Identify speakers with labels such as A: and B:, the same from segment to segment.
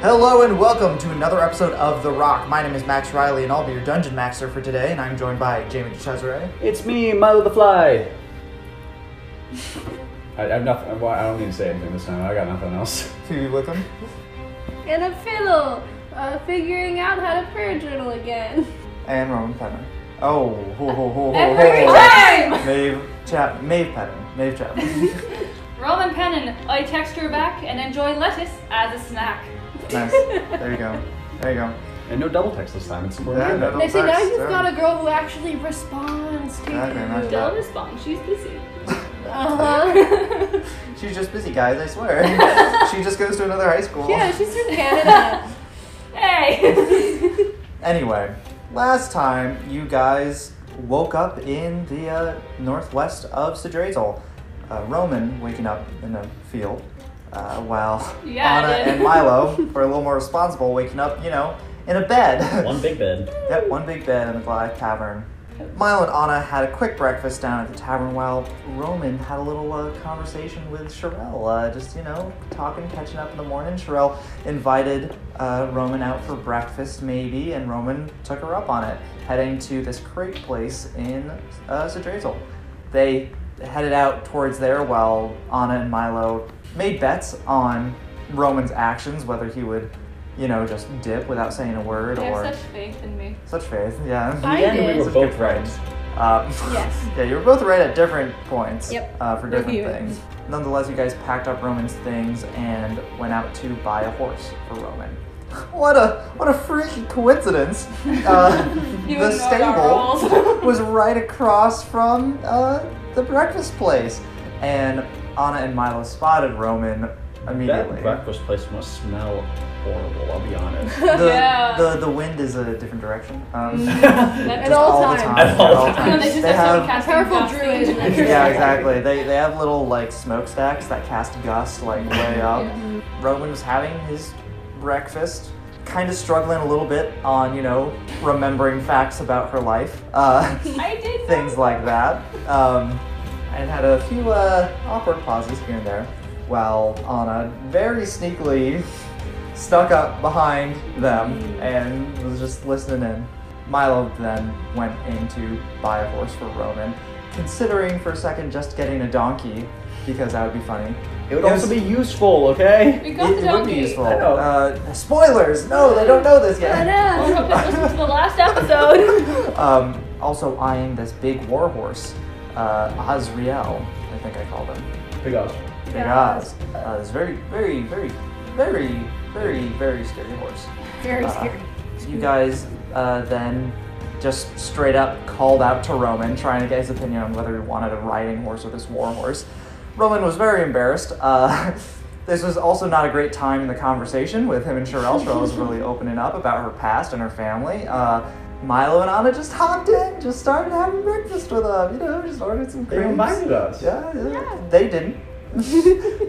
A: Hello and welcome to another episode of The Rock. My name is Max Riley, and I'll be your dungeon master for today. And I'm joined by Jamie Chesere.
B: It's me, Milo the Fly. I, I've nothing. I'm- I don't need to say anything this time. I got nothing else.
A: Phoebe Wickham.
C: and a fiddle, uh, figuring out how to prayer journal again.
A: And Roman Penner. Oh, ho ho ho ho
C: Every
A: ho.
C: time!
A: Maeve Chap, Maeve Penner, Maeve Chapman.
D: Roman Pennon, I text her back and enjoy lettuce as a snack.
A: nice. There you go. There you go.
B: And no double text this time. It's more
A: Yeah, no double-
C: Next thing now
A: Thanks,
C: you've
A: yeah.
C: got a girl who actually responds to
A: That'd be nice.
C: you.
D: Don't respond, she's busy.
C: Uh-huh.
A: She's just busy, guys. I swear. she just goes to another high school.
C: yeah, she's from Canada.
D: hey!
A: Anyway, last time you guys woke up in the uh, northwest of Sidrazel. Uh, Roman waking up in a field, uh, while
D: Yeah, I
A: Anna
D: did.
A: and Milo were a little more responsible, waking up, you know, in a bed.
B: One big bed.
A: yep, one big bed in a black cavern. Milo and Anna had a quick breakfast down at the tavern while Roman had a little uh, conversation with Sherelle. Uh, just, you know, talking, catching up in the morning. Sherelle invited uh, Roman out for breakfast, maybe, and Roman took her up on it, heading to this great place in uh, Sedrazel. They headed out towards there while Anna and Milo made bets on Roman's actions, whether he would, you know, just dip without saying a word
D: You
A: or.
D: have such faith in me.
A: Such faith, yeah.
C: I
B: Yeah,
C: did.
B: we were
A: Such good
B: both right.
A: friends. Um,
C: Yes.
A: yeah, you were both right at different points
C: Yep.
A: uh, for different
C: Review.
A: things. Nonetheless, you guys packed up Roman's things and went out to buy a horse for Roman. What a what a freaky coincidence! Uh,
D: You
A: the
D: know our
A: stable
D: roles.
A: was right across from uh, the breakfast place, and Anna and Milo spotted Roman immediately.
B: That breakfast place must smell horrible. I'll be honest.
A: the,
D: Yeah.
A: the the wind is a different direction. Um,
D: At
A: just
C: all
A: the
C: times.
A: time.
B: At all times.
D: No, they just
A: They
D: have,
A: have-
D: some casting
C: Powerful
D: couch
C: druid.
D: thing.
A: yeah, exactly. They, they have little like smokestacks that cast gust like way up. Roman was having his breakfast, kind of struggling a little bit on you know remembering facts about her life, uh,
D: I did
A: things like that, um, and had a few uh, awkward pauses here and there, while Anna very sneakily snuck up behind them and was just listening in. Milo then went in to buy a horse for Roman, considering for a second just getting a donkey, because that would be funny.
B: It would also be useful, okay?
D: We got
A: it, it would
D: the
A: be
D: donkey.
A: useful.
B: I know.
A: Uh, spoilers! No, they don't know this
C: I
A: yet.
D: Well,
C: know.
D: hope that listen to the last episode.
A: um, also eyeing this big war horse, uh, Azriel, I think I called him.
B: Big up.
A: Big
C: Yeah.
A: Oz. Uh, this very, very, very, very, very, very scary horse.
C: Very
A: Uh,
C: scary.
A: You guys uh, then just straight up called out to Roman, trying to get his opinion on whether he wanted a riding horse or this war horse. Roman was very embarrassed. Uh, this was also not a great time in the conversation with him and Sherelle. Sherelle was really opening up about her past and her family. Uh, Milo and Anna just hopped in, just started having breakfast with them. You know, just ordered some
B: They
A: creams.
B: reminded us.
A: Yeah, yeah. They didn't.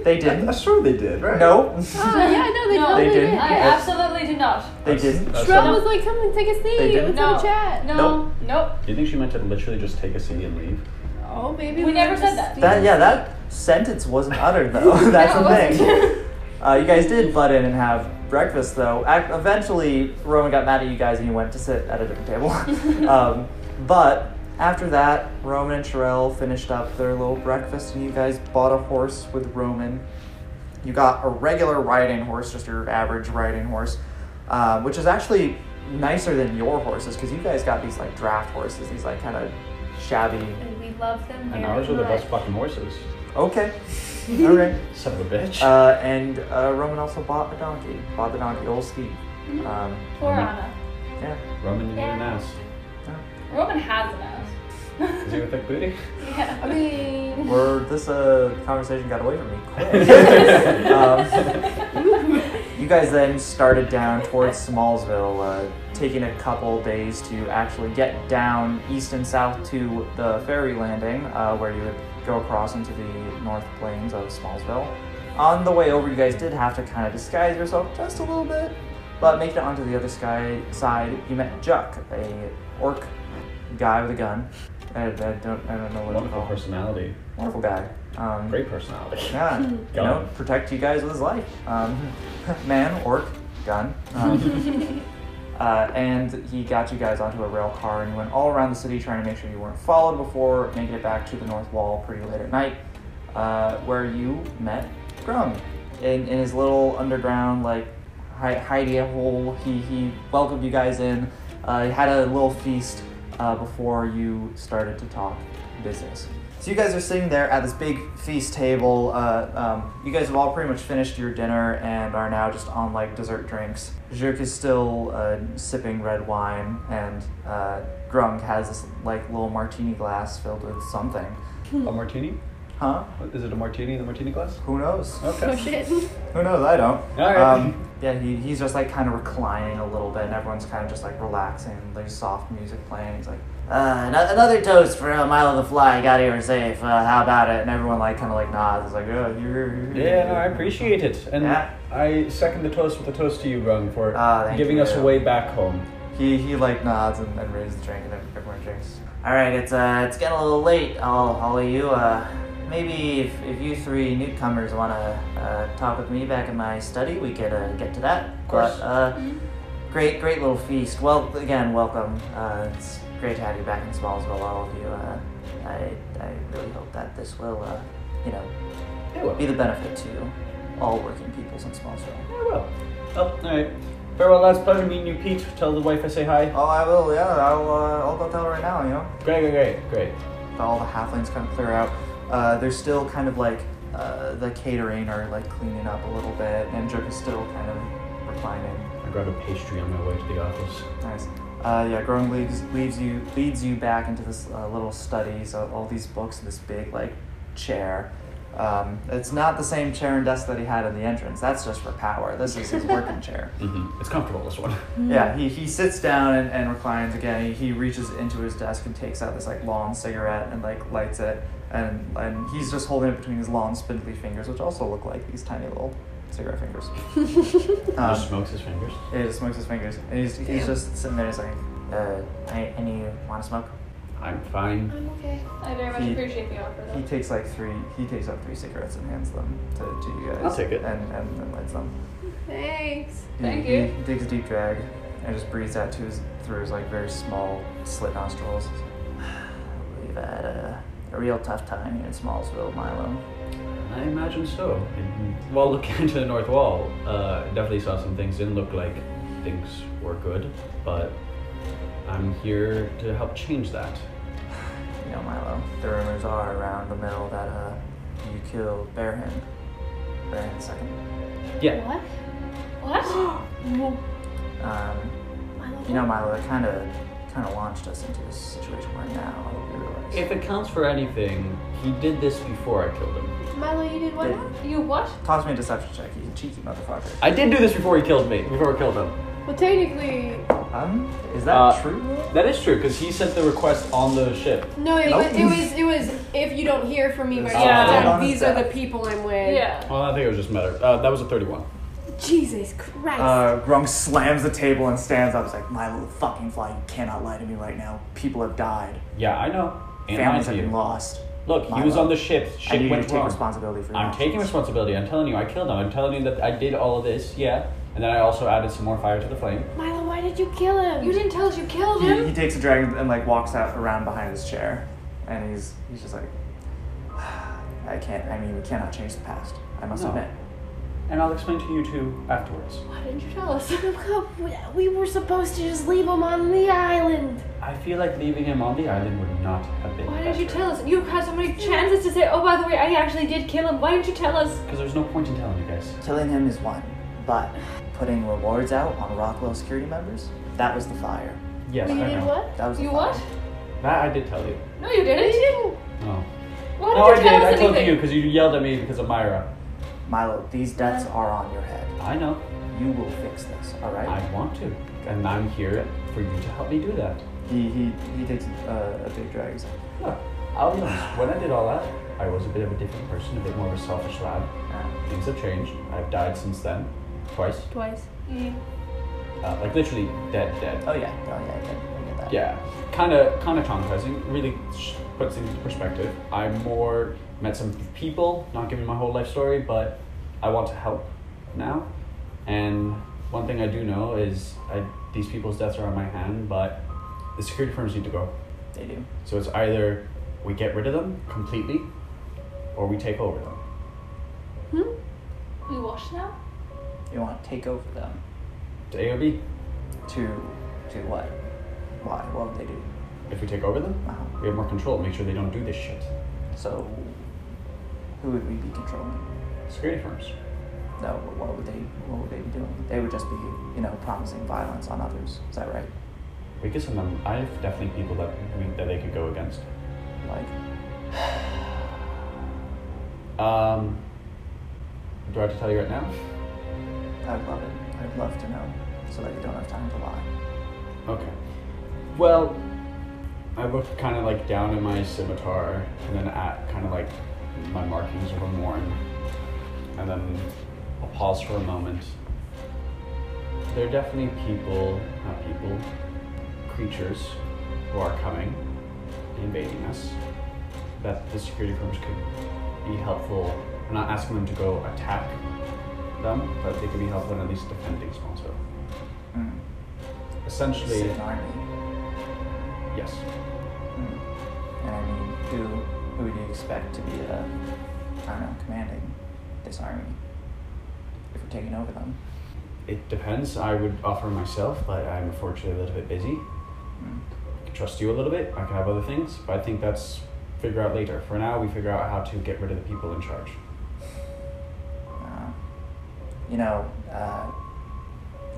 A: they didn't.
B: That's true. They did, right?
A: No,
C: Oh, yeah, I know. They
D: No,
C: totally
A: they
C: did.
A: didn't.
D: I
A: Yes.
D: absolutely did not.
A: they
B: That's-
A: didn't.
B: that's
C: Shrub
B: not-
C: was like, come and take a
A: They
C: seat.
A: didn't.
C: Let's
D: No.
C: have a chat.
D: No. Nope.
B: Do you think she meant to literally just take a seat and leave?
C: Oh, maybe
D: We
C: were
D: never said
C: just
D: that.
A: That yeah, that sentence wasn't uttered though. That's
D: No,
A: the
D: it
A: thing. Uh, you guys did butt in and have breakfast though. Ac- Eventually, Roman got mad at you guys and he went to sit at a different table. um, but after that, Roman and Sherelle finished up their little breakfast and you guys bought a horse with Roman. You got a regular riding horse, just your average riding horse, uh, which is actually nicer than your horses because you guys got these like draft horses, these like kind of shabby.
C: And we love them
B: And
C: very
B: ours are the best
C: much.
B: fucking horses.
A: Okay, all right.
B: Son of a bitch.
A: Uh, and uh, Roman also bought a donkey. Bought the donkey, old Steve. Um,
D: Poor Anna.
A: yeah.
B: Roman, you need an
C: yeah.
B: ass.
D: Roman has an ass.
B: Is he with thick booty?
D: Yeah.
C: I mean,
A: Where this uh, conversation got away from me quick. um,
B: Um,
A: you guys then started down towards Smallsville, uh, taking a couple days to actually get down east and south to the ferry landing, uh, where you would go across into the north plains of Smallsville. On the way over, you guys did have to kind of disguise yourself just a little bit, but making it onto the other sky side, you met Juck, a orc guy with a gun. I, I don't, I don't know what to
B: Wonderful
A: call him.
B: personality.
A: Wonderful guy. Um,
B: Great personality.
A: yeah, you
B: Gun.
A: know, protect you guys with his life. Um, man, orc, gun. Um, uh, and he got you guys onto a rail car and you went all around the city trying to make sure you weren't followed before making it back to the north wall pretty late at night, uh, where you met Grum in, in his little underground like hi- hidey hole. He he welcomed you guys in. Uh, he had a little feast uh, before you started to talk business. So you guys are sitting there at this big feast table. Uh, um, you guys have all pretty much finished your dinner and are now just on like dessert drinks. Zhirk is still uh, sipping red wine, and uh, Grunk has this like little martini glass filled with something.
B: A martini?
A: Huh?
B: Is it a martini in the martini glass?
A: Who knows?
C: Oh
B: Okay.
C: shit.
A: Who knows? I don't.
B: All right.
A: Um, yeah, he, he's just like kind of reclining a little bit, and everyone's kind of just like relaxing. There's soft music playing. He's like, uh, ano- another toast for uh, Milo the Fly. Got here safe. Uh, how about it? And everyone like kind of like nods. It's like, oh, you're.
B: Yeah, no, I appreciate it. And
A: Yeah.
B: I second the toast with a toast to you, Grung, for
A: Ah, thank
B: giving
A: you.
B: us a way back home.
A: He he like nods and, and raises the drink, and everyone drinks. All right, it's uh it's getting a little late. I'll all you uh maybe if, if you three newcomers wanna uh, talk with me back in my study, we could uh, get to that. Of
B: course.
A: But, uh, great great little feast. Well, again, welcome. Uh, it's great to have you back in Smallsville, all of you. Uh, I I really hope that this will uh you know
B: Yeah, well.
A: be the benefit to all working peoples in Smallsville.
B: Yeah, well. Oh, all right. Farewell, lads. Pleasure meeting you, Pete. Tell the wife I say hi.
A: Oh, I will. Yeah, I'll uh, I'll go tell her right now. You know.
B: Great, great, great, great.
A: all the halflings kind of clear out. Uh, they're still kind of like uh, the catering are like cleaning up a little bit, and Jerk is still kind of reclining.
B: I grabbed a pastry on my way to the office.
A: Nice. Uh, yeah, Grung leads, leads you leads you back into this uh, little study. So all these books, and this big like chair. Um, it's not the same chair and desk that he had in the entrance. That's just for power. This is his working chair.
B: Mm-hmm. It's comfortable, this one.
A: Yeah, he, he sits down and, and reclines again. He, he reaches into his desk and takes out this like long cigarette and like lights it, and and he's just holding it between his long spindly fingers, which also look like these tiny little cigarette fingers.
B: Just
A: um,
B: smokes his fingers.
A: yeah, he just smokes his fingers, and he's, he's just sitting there. He's like, uh, I, and you want to smoke?
B: I'm fine.
D: I'm okay. I very much
A: He-
D: appreciate the offer,
A: He
D: though.
A: takes like three. He takes out three cigarettes and hands them to, to you guys.
B: I'll take it.
A: And and, and lights them.
C: Thanks.
A: He-
D: Thank
A: he
D: you.
A: Digs a deep drag and just breathes out to his, through his like very small slit nostrils. We've had a, a real tough time here in Smallsville, Milo.
B: I imagine so. And While looking into the north wall, uh, definitely saw some things. Didn't look like things were good, but I'm here to help change that.
A: You know, Milo, the rumors are around the mill that uh, you killed Bearhand. Bearhand second.
B: Yeah.
D: What? What?
A: Um, you know, Milo, it kind of kind of launched us into this situation we're now. I hope you realize.
B: If it counts for anything, he did this before I killed him.
C: Milo, you did what? now?
D: You what?
A: Toss me a deception check, you cheeky motherfucker.
B: I did do this before he killed me. Before I killed him.
C: Well, technically,
A: Um, is that
B: Uh,
A: true?
B: That is true, because he sent the request on the ship.
C: no. It,
A: Nope.
C: was, it was it was if you don't hear from me by
A: Yeah.
C: this time,
A: Honest
C: these are
A: death.
C: the people I'm with.
D: Yeah.
B: Well, I think it was just matter. Uh, that was a 31.
C: Jesus Christ.
A: Uh, Grung slams the table and stands up. He's like, Milo the fucking fly, you cannot lie to me right now. People have died.
B: Yeah, I know. And
A: Families
B: I
A: have
B: do.
A: been lost.
B: Look, he
A: Milo.
B: was on the ship.
A: I
B: Ship
A: need you to
B: went
A: take
B: wrong.
A: responsibility for your
B: I'm
A: actions.
B: taking responsibility. I'm telling you, I killed him. I'm telling you that I did all of this. Yeah. And then I also added some more fire to the flame.
C: Milo, why did you kill him?
D: You didn't tell us you killed
A: He, he
D: him.
A: takes a dragon and like walks out around behind his chair, and he's he's just like, I can't. I mean, we cannot change the past. I must
B: No.
A: admit.
B: And I'll explain to you two afterwards.
D: Why didn't you tell us?
C: Look, we were supposed to just leave him on the island.
B: I feel like leaving him on the island would not have been.
D: Why didn't you tell us? You had so many chances to say, oh, by the way, I actually did kill him. Why didn't you tell us?
B: Because there's no point in telling you guys.
A: Killing him is one, but putting rewards out on Rockwell security members, that was the fire.
B: Yes,
C: you
B: I
C: did
B: know.
C: what?
A: That was the
D: You
A: fire.
D: what?
B: That I did tell you.
D: No, you didn't. You didn't.
B: No.
D: Why
B: no, I did.
D: didn't you tell
B: I
D: us
B: told you
D: anything?
B: because you yelled at me because of Myra.
A: Milo, these deaths are on your head.
B: I know.
A: You will fix this. All right.
B: I want to, and I'm here for you to help me do that.
A: He he he takes uh, a big drag. He's like,
B: Look, I'll be honest. When I did all that, I was a bit of a different person, a bit more of a selfish lad.
A: "Ah,
B: Things have changed. I've died since then, twice.
C: Twice.
D: Mm.
B: Uh, like literally dead, dead.
A: Oh yeah, oh yeah, I get, I get that.
B: Yeah, kind of, kind of traumatizing. Really sh- puts things into perspective. I more met some people. Not giving my whole life story, but I want to help now, and one thing I do know is I, these people's deaths are on my hand, but the security firms need to go.
A: They do.
B: So it's either we get rid of them completely, or we take over them.
D: Hmm? We wash now?
A: You want to take over them
B: To AOB,
A: to to what? Why? What would they do?
B: if we take over them,
A: Uh-huh.
B: we have more control. Make sure they don't do this shit.
A: So, who would we be controlling?
B: Security firms.
A: No, but what would they? What would they be doing? They would just be, you know, promising violence on others. Is that right?
B: We could send them. I have definitely people that we, that they could go against.
A: Like,
B: Um, do I have to tell you right now?
A: I would love it. I'd love to know, so that you don't have time to lie.
B: Okay. Well, I looked kind of like down at my scimitar and then at kind of like my markings of a morn. And then I'll pause for a moment. There are definitely people, not people, creatures who are coming, invading us, that the security firms could be helpful. I'm not asking them to go attack them, but they could be helpful in at least defending Sponsor.
A: Mm.
B: Essentially,
A: Sit in army.
B: yes.
A: Mm. And I mean, who who would you expect to be, uh, I don't know, commanding this army if we're taking over them?
B: It depends. I would offer myself, but I'm unfortunately a little bit busy.
A: Mm.
B: I can trust you a little bit. I can have other things, but I think that's figure out later. For now, we figure out how to get rid of the people in charge.
A: Uh, you know, uh,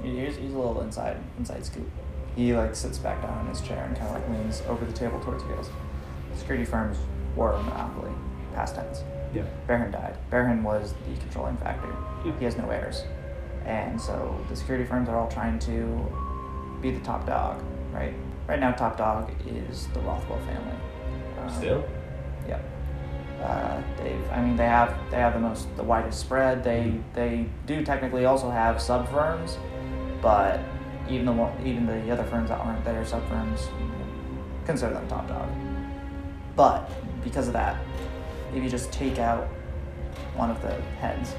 A: here's, here's a little inside inside scoop. He like sits back down in his chair and kind of like leans over the table towards you guys. Security firms were a monopoly, past tense.
B: Yeah.
A: Berhan died. Berhan was the controlling factor.
B: Yeah.
A: He has no heirs, and so the security firms are all trying to be the top dog, right? Right now, top dog is the Rothwell family. Um,
B: Still?
A: Yep. Uh, they've, I mean, they have they have the most the widest spread. They they do technically also have sub firms, but even the one, even the other firms that aren't their sub firms consider them top dog. But because of that, if you just take out one of the heads,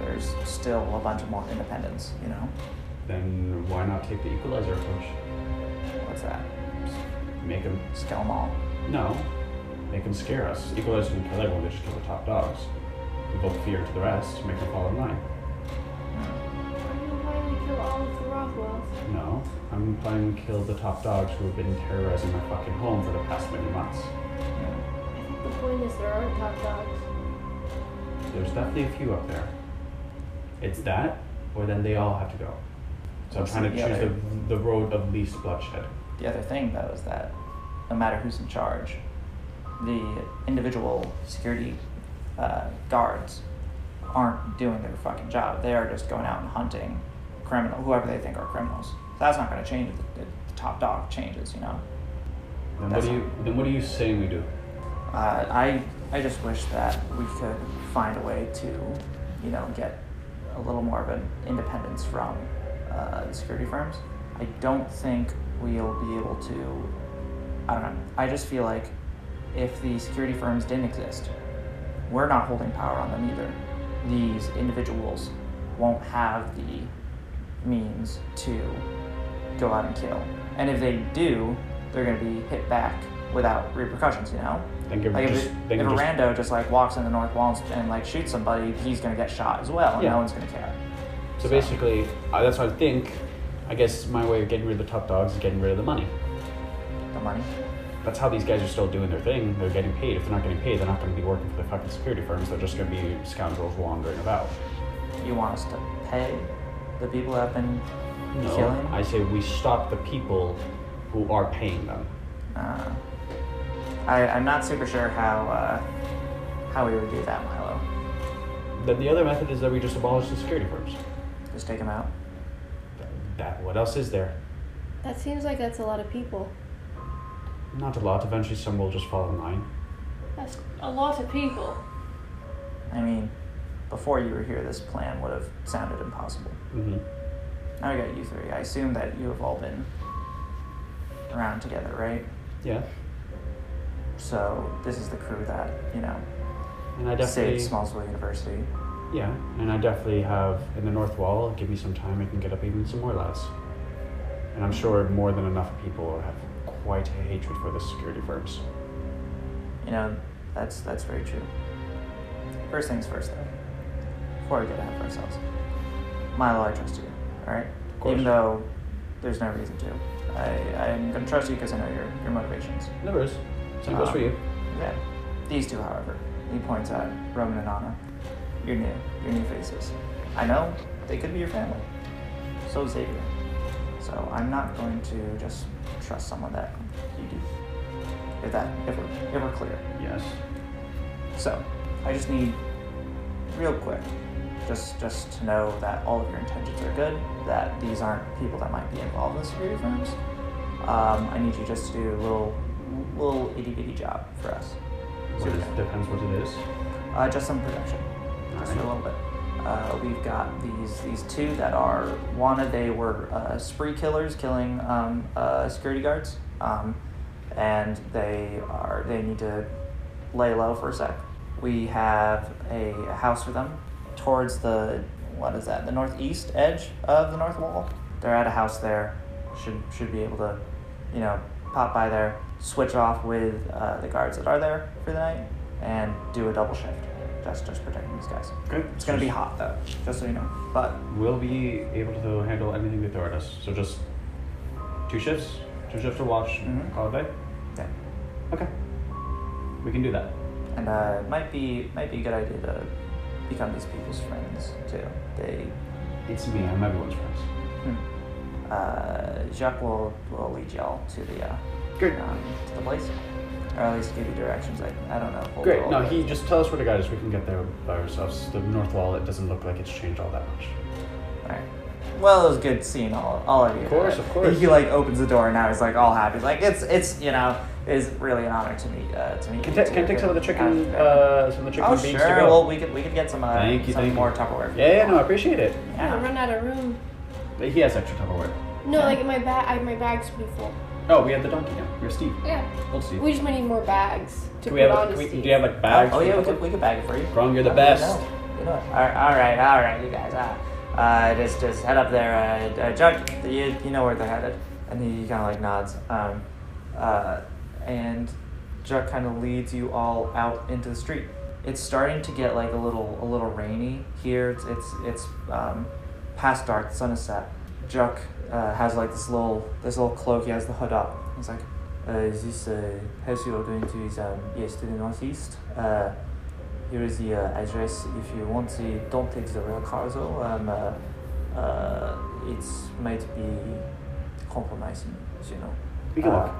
A: there's still a bunch of more independents. You know,
B: Then why not take the equalizer approach?
A: what's that?
B: Make them.
A: Just kill 'em all.
B: No. Make them scare us. Equalizer can kill everyone, they just kill the top dogs. Evoke fear to the rest, make them fall in line.
A: Mm.
C: Why do you kill all of the Rothwells?
B: No. I'm planning to kill the top dogs who have been terrorizing my fucking home for the past many months.
A: Mm.
C: I think the point is there aren't top dogs.
B: There's definitely a few up there. It's that, or then they all have to go. So I'm
A: What's
B: trying to
A: the
B: choose
A: other?
B: the, the road of least bloodshed.
A: The other thing, though, is that no matter who's in charge, the individual security uh, guards aren't doing their fucking job. They are just going out and hunting criminal, whoever they think are criminals. That's not going to change. if The, the top dog changes, you know.
B: Then what,
A: That's
B: do you, then what are you saying we do?
A: Uh, I I just wish that we could find a way to, you know, get a little more of an independence from uh, the security firms. I don't think we'll be able to. I don't know. I just feel like if the security firms didn't exist, we're not holding power on them either. These individuals won't have the means to go out and kill. And if they do, they're going to be hit back without repercussions, you know?
B: Then give
A: Like if,
B: just,
A: it-
B: then
A: if a
B: just
A: rando just like walks in the north wall and, and like shoots somebody, he's gonna get shot as well, and
B: Yeah.
A: no one's gonna care.
B: So basically, uh, that's what I think. I guess my way of getting rid of the top dogs is getting rid of the money.
A: The money.
B: That's how these guys are still doing their thing. They're getting paid. If they're not getting paid, they're not going to be working for the fucking security firms. They're just going to be scoundrels wandering about.
A: You want us to pay the people that have been
B: No,
A: killing?
B: I say we stop the people who are paying them.
A: Uh, I, I'm not super sure how uh, how we would do that, Milo.
B: Then the other method is that we just abolish the security firms.
A: Just take them out.
B: That what else is there?
C: That seems like that's a lot of people.
B: Not a lot. Eventually, some will just fall in line.
D: That's a lot of people.
A: I mean, before you were here, this plan would have sounded impossible.
B: Mm-hmm.
A: Now we got you three. I assume that you have all been around together, right?
B: Yeah,
A: So this is the crew that you know
B: and I
A: saved
B: definitely
A: Smallsville University.
B: Yeah, and I definitely have in the north wall. Give me some time, I can get up even some more lads. And I'm sure more than enough people have quite a hatred for the security firms.
A: You know, that's that's very true. First things first, though. Before we get ahead of ourselves, Milo, I trust you. All right.
B: Of course.
A: Even though there's no reason to, I I'm gonna trust you because I know your your motivations.
B: Never is. Same goes for
A: Um,
B: you.
A: Yeah. These two, however, he points out Roman and Anna. You're new. You're new faces. I know they could be your family. So is Xavier. So I'm not going to just trust someone that you do. If that, if we're, if we're clear.
B: Yes.
A: So, I just need, real quick, just just to know that all of your intentions are good. That these aren't people that might be involved in security firms. Um, I need you just to do a little little itty bitty job for us.
B: What is, depends what it is.
A: Uh, just some production, just for a
B: Alright.
A: little bit. Uh, we've got these these two that are wanted. They were uh, spree killers, killing um, uh, security guards, um, and they are they need to lay low for a sec. We have a house for them towards the what is that the northeast edge of the north wall. They're at a house there. Should should be able to, you know, pop by there, switch off with uh, the guards that are there for the night, and do a double shift. That's just protecting these guys.
B: Good.
A: It's gonna be hot though, just so you know. But
B: We'll be able to handle anything they throw at us. So just two shifts, two shifts to watch,
A: Mhm.
B: call it a day.
A: yeah.
B: Okay. We can do that.
A: and uh, it might be might be a good idea to become these people's friends too. They
B: It's me. I'm everyone's friends.
A: hmm. uh, Jacques will will lead y'all to the uh,
B: Good.
A: um, to the place, or at least give you directions. I, I don't know. if we'll do
B: Great.
A: all
B: No,
A: that.
B: he just tell us where to go, so we can get there by ourselves. The north wall. It doesn't look like it's changed all that much.
A: Alright. Well, it was good seeing all, all of you.
B: Of course, of course.
A: He like opens the door and now he's like all happy. He's like it's it's you know it is really an honor to meet uh, to meet.
B: Can,
A: you
B: t- can I
A: two.
B: take some of the chicken,
A: Absolutely.
B: uh, some of the chicken
A: oh
B: and beans
A: sure.
B: to go?
A: Well, we could we could get some uh,
B: Thank you,
A: some
B: thank you.
A: more Tupperware.
B: yeah, yeah, no, I appreciate it.
A: Yeah.
C: I run out of room.
B: He has extra Tupperware.
A: Okay.
C: No, like my bag. I my bag's pretty full.
B: Oh, we had the donkey now. You're Steve.
D: Yeah.
B: Old Steve.
C: We just might need more bags to
B: do
C: put
B: we have?
C: on
B: Like,
C: to
B: we, do
C: Steve.
B: you have like bags?
A: Oh
B: for
A: yeah, we
B: Tupperware?
A: could we could bag it for you.
B: Grung, you're the
A: Oh,
B: best.
A: You know, you know it. All right, all right, all right, you guys. Uh, uh, just just head up there, uh, uh, Jug. You, you know where they're headed. And he kind of like nods. Um, uh, and Jug kind of leads you all out into the street. It's starting to get like a little a little rainy here. It's it's it's um, past dark. The sun is set. Jug uh, has like this little this little cloak. He has the hood up. He's like, uh, is this uh, house you are going to? Is um, yes to the northeast. Uh, here is the uh, address if you want to. Don't take the rail car though. Um, uh, uh, it might be compromising, you know.
B: We can
A: Uh,
B: walk.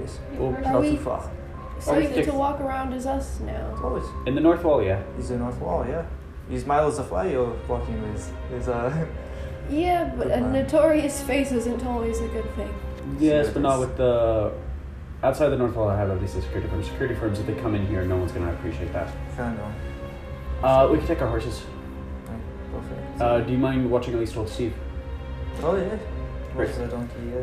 A: Yes.
B: Well,
D: Are
A: Not
C: we-
A: too far.
C: So
B: Oh,
C: we
B: it's
C: get to
B: fixed.
C: walk around as us now.
A: Oh, it's,
B: In the north wall, yeah.
A: it's the North Wall, yeah. Is Miles the fly you're walking with? Is, uh,
C: Yeah, but
A: Good
C: a
A: plan.
C: notorious face isn't always a good thing.
B: Yes,
A: what
B: but
A: it
B: not
A: is.
B: with the. Outside the north wall, I have at least the security firms. Security firms, if they come in here, no one's gonna appreciate that.
A: kind of.
B: Uh, we can take our horses.
A: Right, go for it.
B: Uh, do you mind watching at least old Steve?
A: oh, yeah.
B: Great.
A: Horse, the donkey, yeah.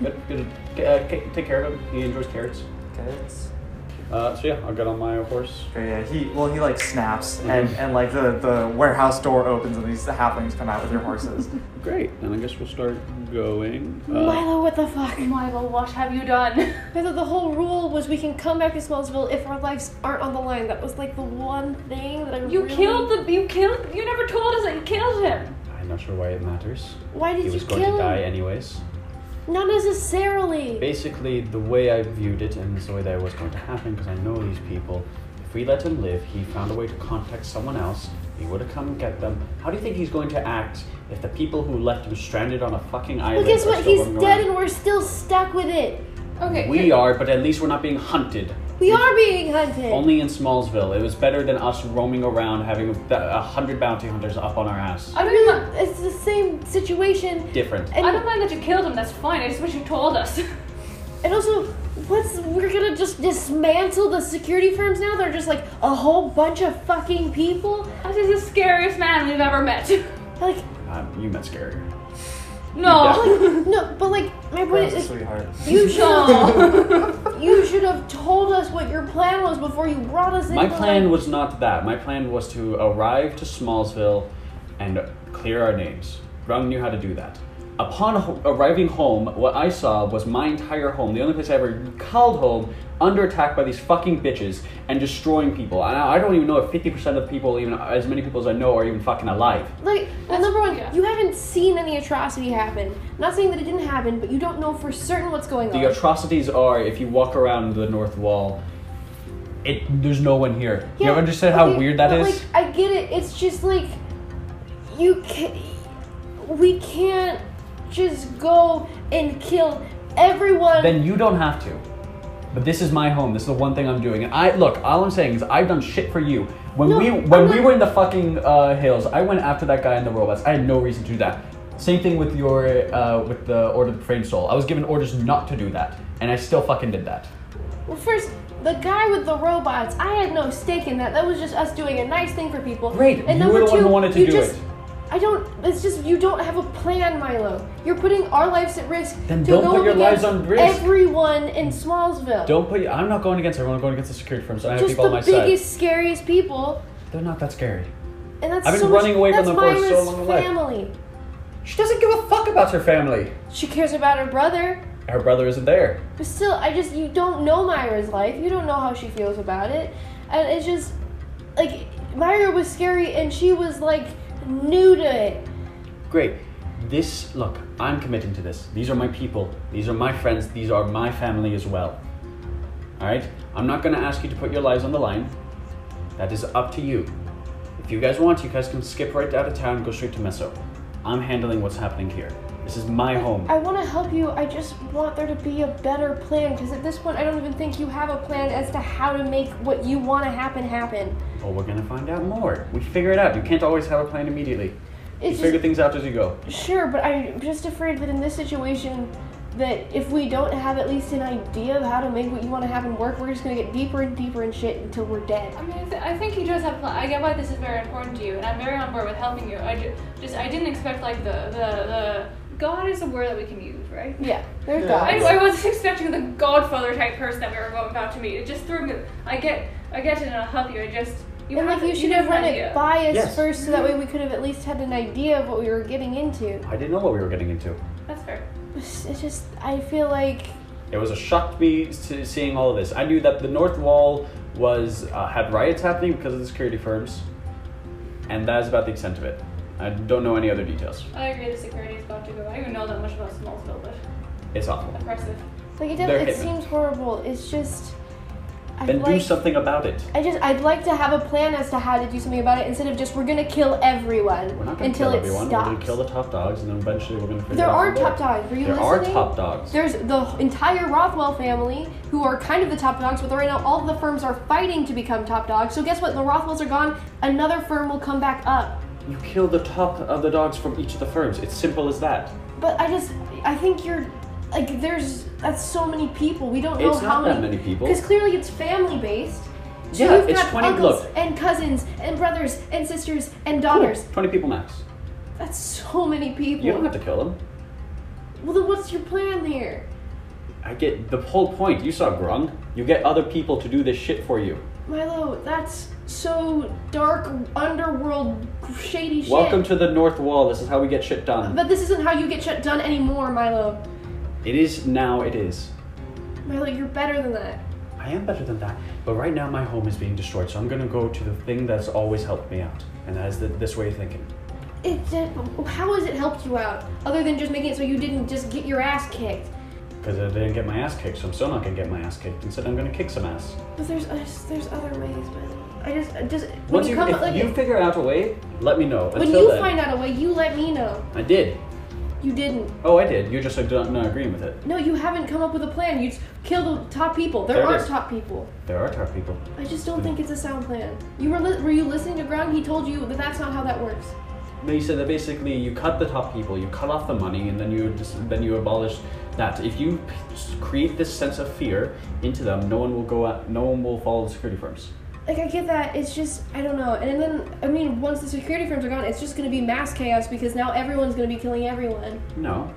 B: Good, good. T- Uh, ca- take care of him. He enjoys carrots.
A: Carrots.
B: Uh, so yeah, I'll get on my horse.
A: Great, yeah, he well he like snaps and,
B: Mhm.
A: and like the, the warehouse door opens and these halflings come out with their horses.
B: Great. Then I guess we'll start going. uh,
C: Milo, what the fuck?
D: Milo, what have you done?
C: I thought the whole rule was we can come back to Smallsville if our lives aren't on the line. That was like the one thing that I
D: You
C: really...
D: killed the. You killed. You never told us that you killed him.
B: I'm not sure why it matters.
C: Why did
B: He
C: you
B: was
C: kill
B: going to
C: him?
B: die anyways.
C: Not necessarily.
B: Basically, the way I viewed it and the way that it was going to happen, because I know these people, if we let him live, he found a way to contact someone else. He would have come and get them. How do you think he's going to act if the people who left him stranded on a fucking
C: Well,
B: island?
C: guess
B: are
C: what?
B: still
C: He's
B: roaming
C: dead
B: around?
C: and we're still stuck with it.
D: Okay.
B: We are, but at least we're not being hunted.
C: We are being hunted.
B: Only in Smallsville. It was better than us roaming around having a- a hundred bounty hunters up on our ass.
D: I
C: I
D: don't
C: really-
D: mind-
C: it's the same situation.
B: Different.
D: I
C: And,
D: don't mind that you killed him. That's fine. I just wish you told us.
C: and also, what's we're gonna just dismantle the security firms now? They're just like a whole bunch of fucking people.
D: This is the scariest man we've ever met.
B: Uh,
C: Like
B: Um, you met scarier.
D: No.
C: no, but like my point
A: Brown's a
C: is,
A: sweetheart.
C: you should
D: No.
C: you should have told us what your plan was before you brought us in.
B: My
C: but,
B: plan
C: like,
B: was not that. My plan was to arrive to Smallsville and clear our names. Brown knew how to do that. Upon ho- arriving home, what I saw was my entire home, the only place I ever called home, under attack by these fucking bitches and destroying people. And I I don't even know if 50% of people, even as many people as I know, are even fucking alive.
C: Like, well, number one,
D: yeah.
C: you haven't seen any atrocity happen. Not saying that it didn't happen, but you don't know for certain what's going on.
B: The atrocities are if you walk around the north wall, it there's no one here. you ever understand how
C: okay,
B: weird that
C: but,
B: is?
C: Like, I get it. It's just like you can. We can't just go and kill everyone.
B: then you don't have to. But this is my home. This is the one thing I'm doing. And I look. All I'm saying is I've done shit for you. When
C: No,
B: we
C: I'm
B: when we
C: not-
B: were in the fucking uh, hills, I went after that guy in the robots. I had no reason to do that. Same thing with your uh, with the order of the Framed Soul. I was given orders not to do that, and I still fucking did that.
C: well, first, the guy with the robots. I had no stake in that. That was just us doing a nice thing for people.
B: Great,
C: And
B: you
C: number
B: were the
C: two,
B: one who wanted to
C: you
B: do
C: just,
B: it.
C: I don't. It's just you don't have a plan, Milo. You're putting our lives at risk.
B: Then
C: to
B: don't
C: go
B: put your lives
C: against
B: on risk.
C: Everyone in Smallsville.
B: Don't put. I'm not going against everyone. I'm going against the security firms. and I have
C: just
B: people
C: the
B: on my
C: biggest,
B: side.
C: scariest people.
B: They're not that scary.
C: And that's
B: I've been
C: so much-
B: running away from them
C: that's
B: for so
C: Myra's
B: long in life.
C: family.
B: She doesn't give a fuck about her family.
C: She cares about her brother,
B: Her brother isn't there.
C: but still, I just you don't know Myra's life. You don't know how she feels about it, and it's just like Myra was scary, and she was like new to it.
B: Great. This, look, I'm committing to this. These are my people. These are my friends. These are my family as well. All right? I'm not going to ask you to put your lives on the line. That is up to you. If you guys want, you guys can skip right out of town and go straight to Meso. I'm handling what's happening here. This is my home.
C: I want to help you. I just want there to be a better plan because at this point, I don't even think you have a plan as to how to make what you want to happen happen.
B: Well, Oh, we're going to find out more. We figure it out. You can't always have a plan immediately. You
C: It's
B: figure
C: just,
B: things out as you go.
C: Sure, but I'm just afraid that in this situation, that if we don't have at least an idea of how to make what you want to happen work, we're just gonna get deeper and deeper in shit until we're dead.
D: I mean, I, th- I think he does have. pl- I get why this is very important to you, and I'm very on board with helping you. I ju- just, I didn't expect like the the the God is a word that we can use, right?
C: Yeah, they're
A: Yeah.
D: I,
C: gods.
D: I wasn't expecting the Godfather type person that we were going about to meet. It just threw me. I get, I get it, and I'll help you. I just you
C: and like
D: have-
C: you should have
D: have an
C: run
D: idea.
C: it by us
B: Yes.
C: first, so that way we could have at least had an idea of what we were getting into.
B: I didn't know what we were getting into.
D: That's fair.
C: It's it's just I feel like
B: It was a shock to me to seeing all of this. I knew that the North Wall was uh, had riots happening because of the security firms, and that is about the extent of it. I don't know any other details.
D: I agree. The security is about to go. I don't even know that much about Smallsville, but
B: It's awful.
D: impressive.
C: like it,
B: They're
C: does, it
B: hidden.
C: seems horrible. It's just I
B: Then do
C: like.
B: something about it.
C: I just I'd like to have a plan as to how to do something about it instead of just we're gonna kill everyone
B: We're not going to
C: until
B: kill
C: it
B: everyone.
C: stops.
B: We're going to kill the top dogs, and then eventually we're going to.
C: There are top dogs. Were you
B: There are
C: listening?
B: top dogs.
C: There's the entire Rothwell family who are kind of the top dogs, but right now all of the firms are fighting to become top dogs. So guess what? The Rothwells are gone. Another firm will come back up.
B: You kill the top of the dogs from each of the firms. It's simple as that.
C: But I just, I think you're, like, there's that's so many people. We don't know
B: It's
C: how
B: not that many people.
C: Because clearly it's family based. So
B: Yeah,
C: you've
B: it's
C: got
B: 20
C: uncles
B: look.
C: and cousins and brothers and sisters and
B: Cool.
C: daughters.
B: Twenty people max.
C: That's so many people.
B: You don't have to kill them.
C: Well, then what's your plan here?
B: I get the whole point. You saw Grung. You get other people to do this shit for you.
C: Milo, that's so dark, underworld, shady shit.
B: Welcome to the North Wall. This is how we get shit done.
C: But this isn't how you get shut done anymore, Milo.
B: It is now, it is.
C: Milo, you're better than that.
B: I am better than that, but right now my home is being destroyed, so I'm gonna go to the thing that's always helped me out, and that is the, this way of thinking.
C: It, it, how has it helped you out other than just making it so you didn't just get your ass kicked?
B: Because I didn't get my ass kicked, so I'm still not gonna get my ass kicked. Instead, I'm gonna kick some ass.
C: But there's there's, there's other ways, Milo. I just I just when
B: Once
C: you,
B: you,
C: come
B: if
C: like
B: you figure out a way, let me know.
C: when
B: Until
C: you
B: then,
C: find out a way, you let me know.
B: I did.
C: You didn't.
B: Oh, I did. You're just like not not agreeing with it.
C: No, you haven't come up with a plan. You just kill the top people. There,
B: There it
C: aren't
B: is.
C: top people.
B: There are tough people.
C: I just
B: Hmm.
C: don't think it's a sound plan. You were li- were you listening to Grung? He told you that that's not how that works.
B: They said that basically you cut the top people, you cut off the money, and then you just, then you abolish that. If you p- create this sense of fear into them, no one will go out, no one will follow the security firms.
C: like I get that. It's just I don't know. And then I mean, once the security firms are gone, it's just gonna be mass chaos because now everyone's gonna be killing everyone.
B: No,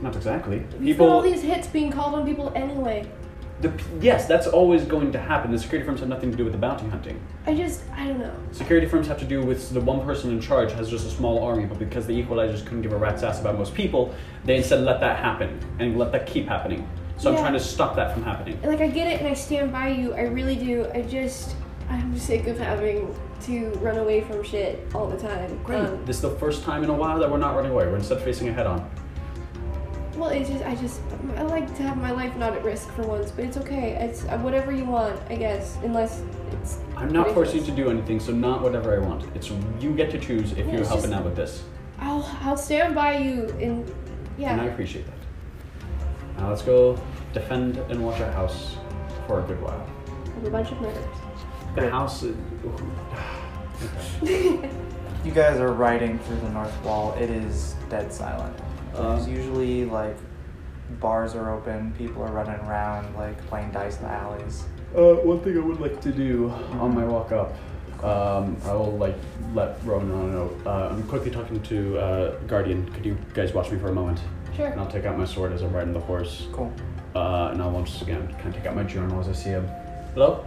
B: not exactly.
C: We've got all
B: People,
C: these hits being called on people anyway.
B: the, yes, that's always going to happen. The security firms have nothing to do with the bounty hunting.
C: I just I don't know.
B: Security firms have to do with the one person in charge has just a small army, but because the equalizers couldn't give a rat's ass about most people, they instead let that happen and let that keep happening. So
C: Yeah.
B: I'm trying to stop that from happening.
C: And like I get it, and I stand by you. I really do. I just I'm sick of having to run away from shit all the time.
B: Great.
C: Um,
B: this is the first time in a while that we're not running away. We're instead facing it head on.
C: Well, it's just I just I like to have my life not at risk for once, but it's okay. It's uh, whatever you want, I guess, unless it's.
B: I'm not forcing you
C: ridiculous.
B: to do anything, so not whatever I want. It's you get to choose if
C: Yeah,
B: you're
C: it's
B: helping
C: just-
B: out with this,
C: I'll I'll stand by you and
B: and I
C: yeah.
B: appreciate that. Now let's go defend and watch our house for a good while.
C: I'm a bunch of nerds.
B: The
A: Good.
B: house. Is,
A: You guys are riding through the north wall. It is dead silent. There's
B: Um,
A: usually like bars are open, people are running around, like playing dice in the alleys.
B: Uh, one thing I would like to do on my walk up, um, I will like let Ronan know. Uh, I'm quickly talking to uh, Guardian. Could you guys watch me for a moment?
C: Sure.
B: And I'll take out my sword as I'm riding the horse,
A: Cool.
B: uh, and I'll once again kind of take out my journal as I see him. Hello,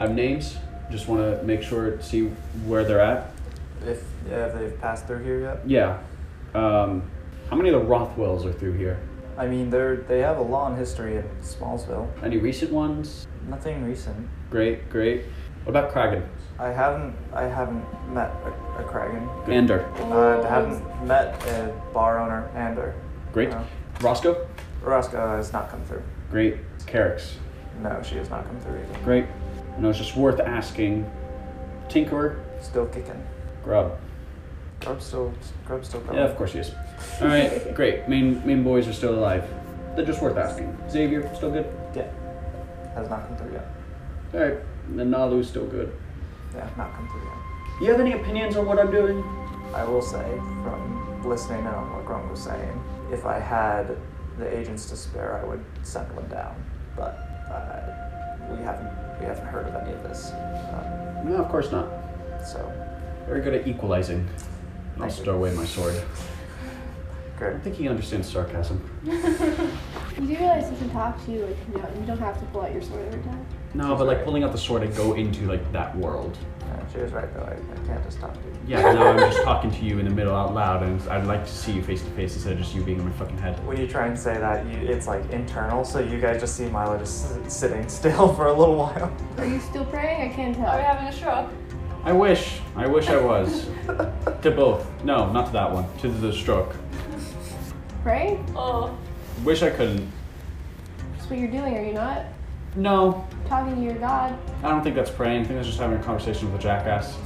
B: I'm Names. Just want to make sure see where they're at.
A: If yeah, if they've passed through here yet?
B: Yeah. Um, how many of the Rothwells are through here?
A: I mean, they're they have a long history in Smallsville.
B: Any recent ones?
A: Nothing recent.
B: Great, great. What about Kragan?
A: I haven't I haven't met a, a Kraken.
B: Ander.
D: Oh,
A: Uh, I haven't met a bar owner Ander.
B: Great.
A: No.
B: Roscoe.
A: Raska has not come through.
B: Great. Carix.
A: No, she has not come through either.
B: Great. And it was just worth asking. Tinkerer,
A: Still kicking.
B: Grub.
A: Grub's still Grub's still going.
B: Yeah, of course he is. All right, great. Main main boys are still alive. They're just worth asking. Xavier, still good.
A: Yeah. Has not come through yet.
B: All right. And then Nalu's still good.
A: Yeah, not come through yet.
B: You have any opinions on what I'm doing?
A: I will say, from listening in on what Grum was saying, if I had the agents to spare, I would send one down. But uh, we haven't we haven't heard of any of this, um,
B: No, of course not.
A: so
B: Very good at equalizing. And I'll
A: Thank you.
B: stow away my sword. I
A: good.
B: don't think he understands sarcasm.
C: You do realize he can talk to you like you know, you don't have to pull out your sword every time.
B: No, but like pulling out the sword, I go into like that world.
A: Yeah, Uh, she was right though. I, I can't just talk to you.
B: Yeah, now I'm just talking to you in the middle out loud, and I'd like to see you face to face instead of just you being in my fucking head.
A: When you try and say that, you, it's like internal, so you guys just see Milo just s- sitting still for a little while.
C: Are you still praying? I can't
D: Are we
C: tell.
D: having a shrug?
B: I wish. I wish I was. to both. No, not to that one. To the stroke.
C: Pray?
D: Oh,
B: Wish I couldn't.
C: That's what you're doing, are you not?
B: No,
C: Talking to your God.
B: I don't think that's praying. I think that's just having a conversation with a jackass.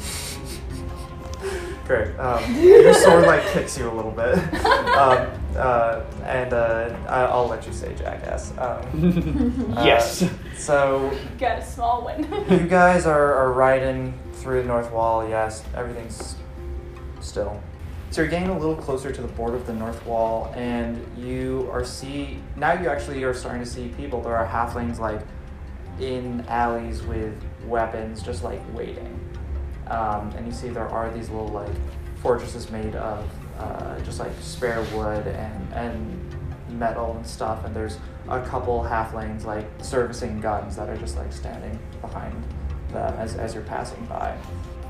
A: Great. Um, your sword like kicks you a little bit, um, uh, and uh, I, I'll let you say jackass. Um,
B: yes.
A: so
D: got a small one.
A: you guys are, are riding through the north wall. Yes, everything's still. So you're getting a little closer to the border of the north wall, and you are see now you actually are starting to see people. There are halflings like in alleys with weapons, just like waiting. Um, and you see there are these little like fortresses made of uh, just like spare wood and and metal and stuff. And there's a couple halflings like servicing guns that are just like standing behind them as as you're passing by.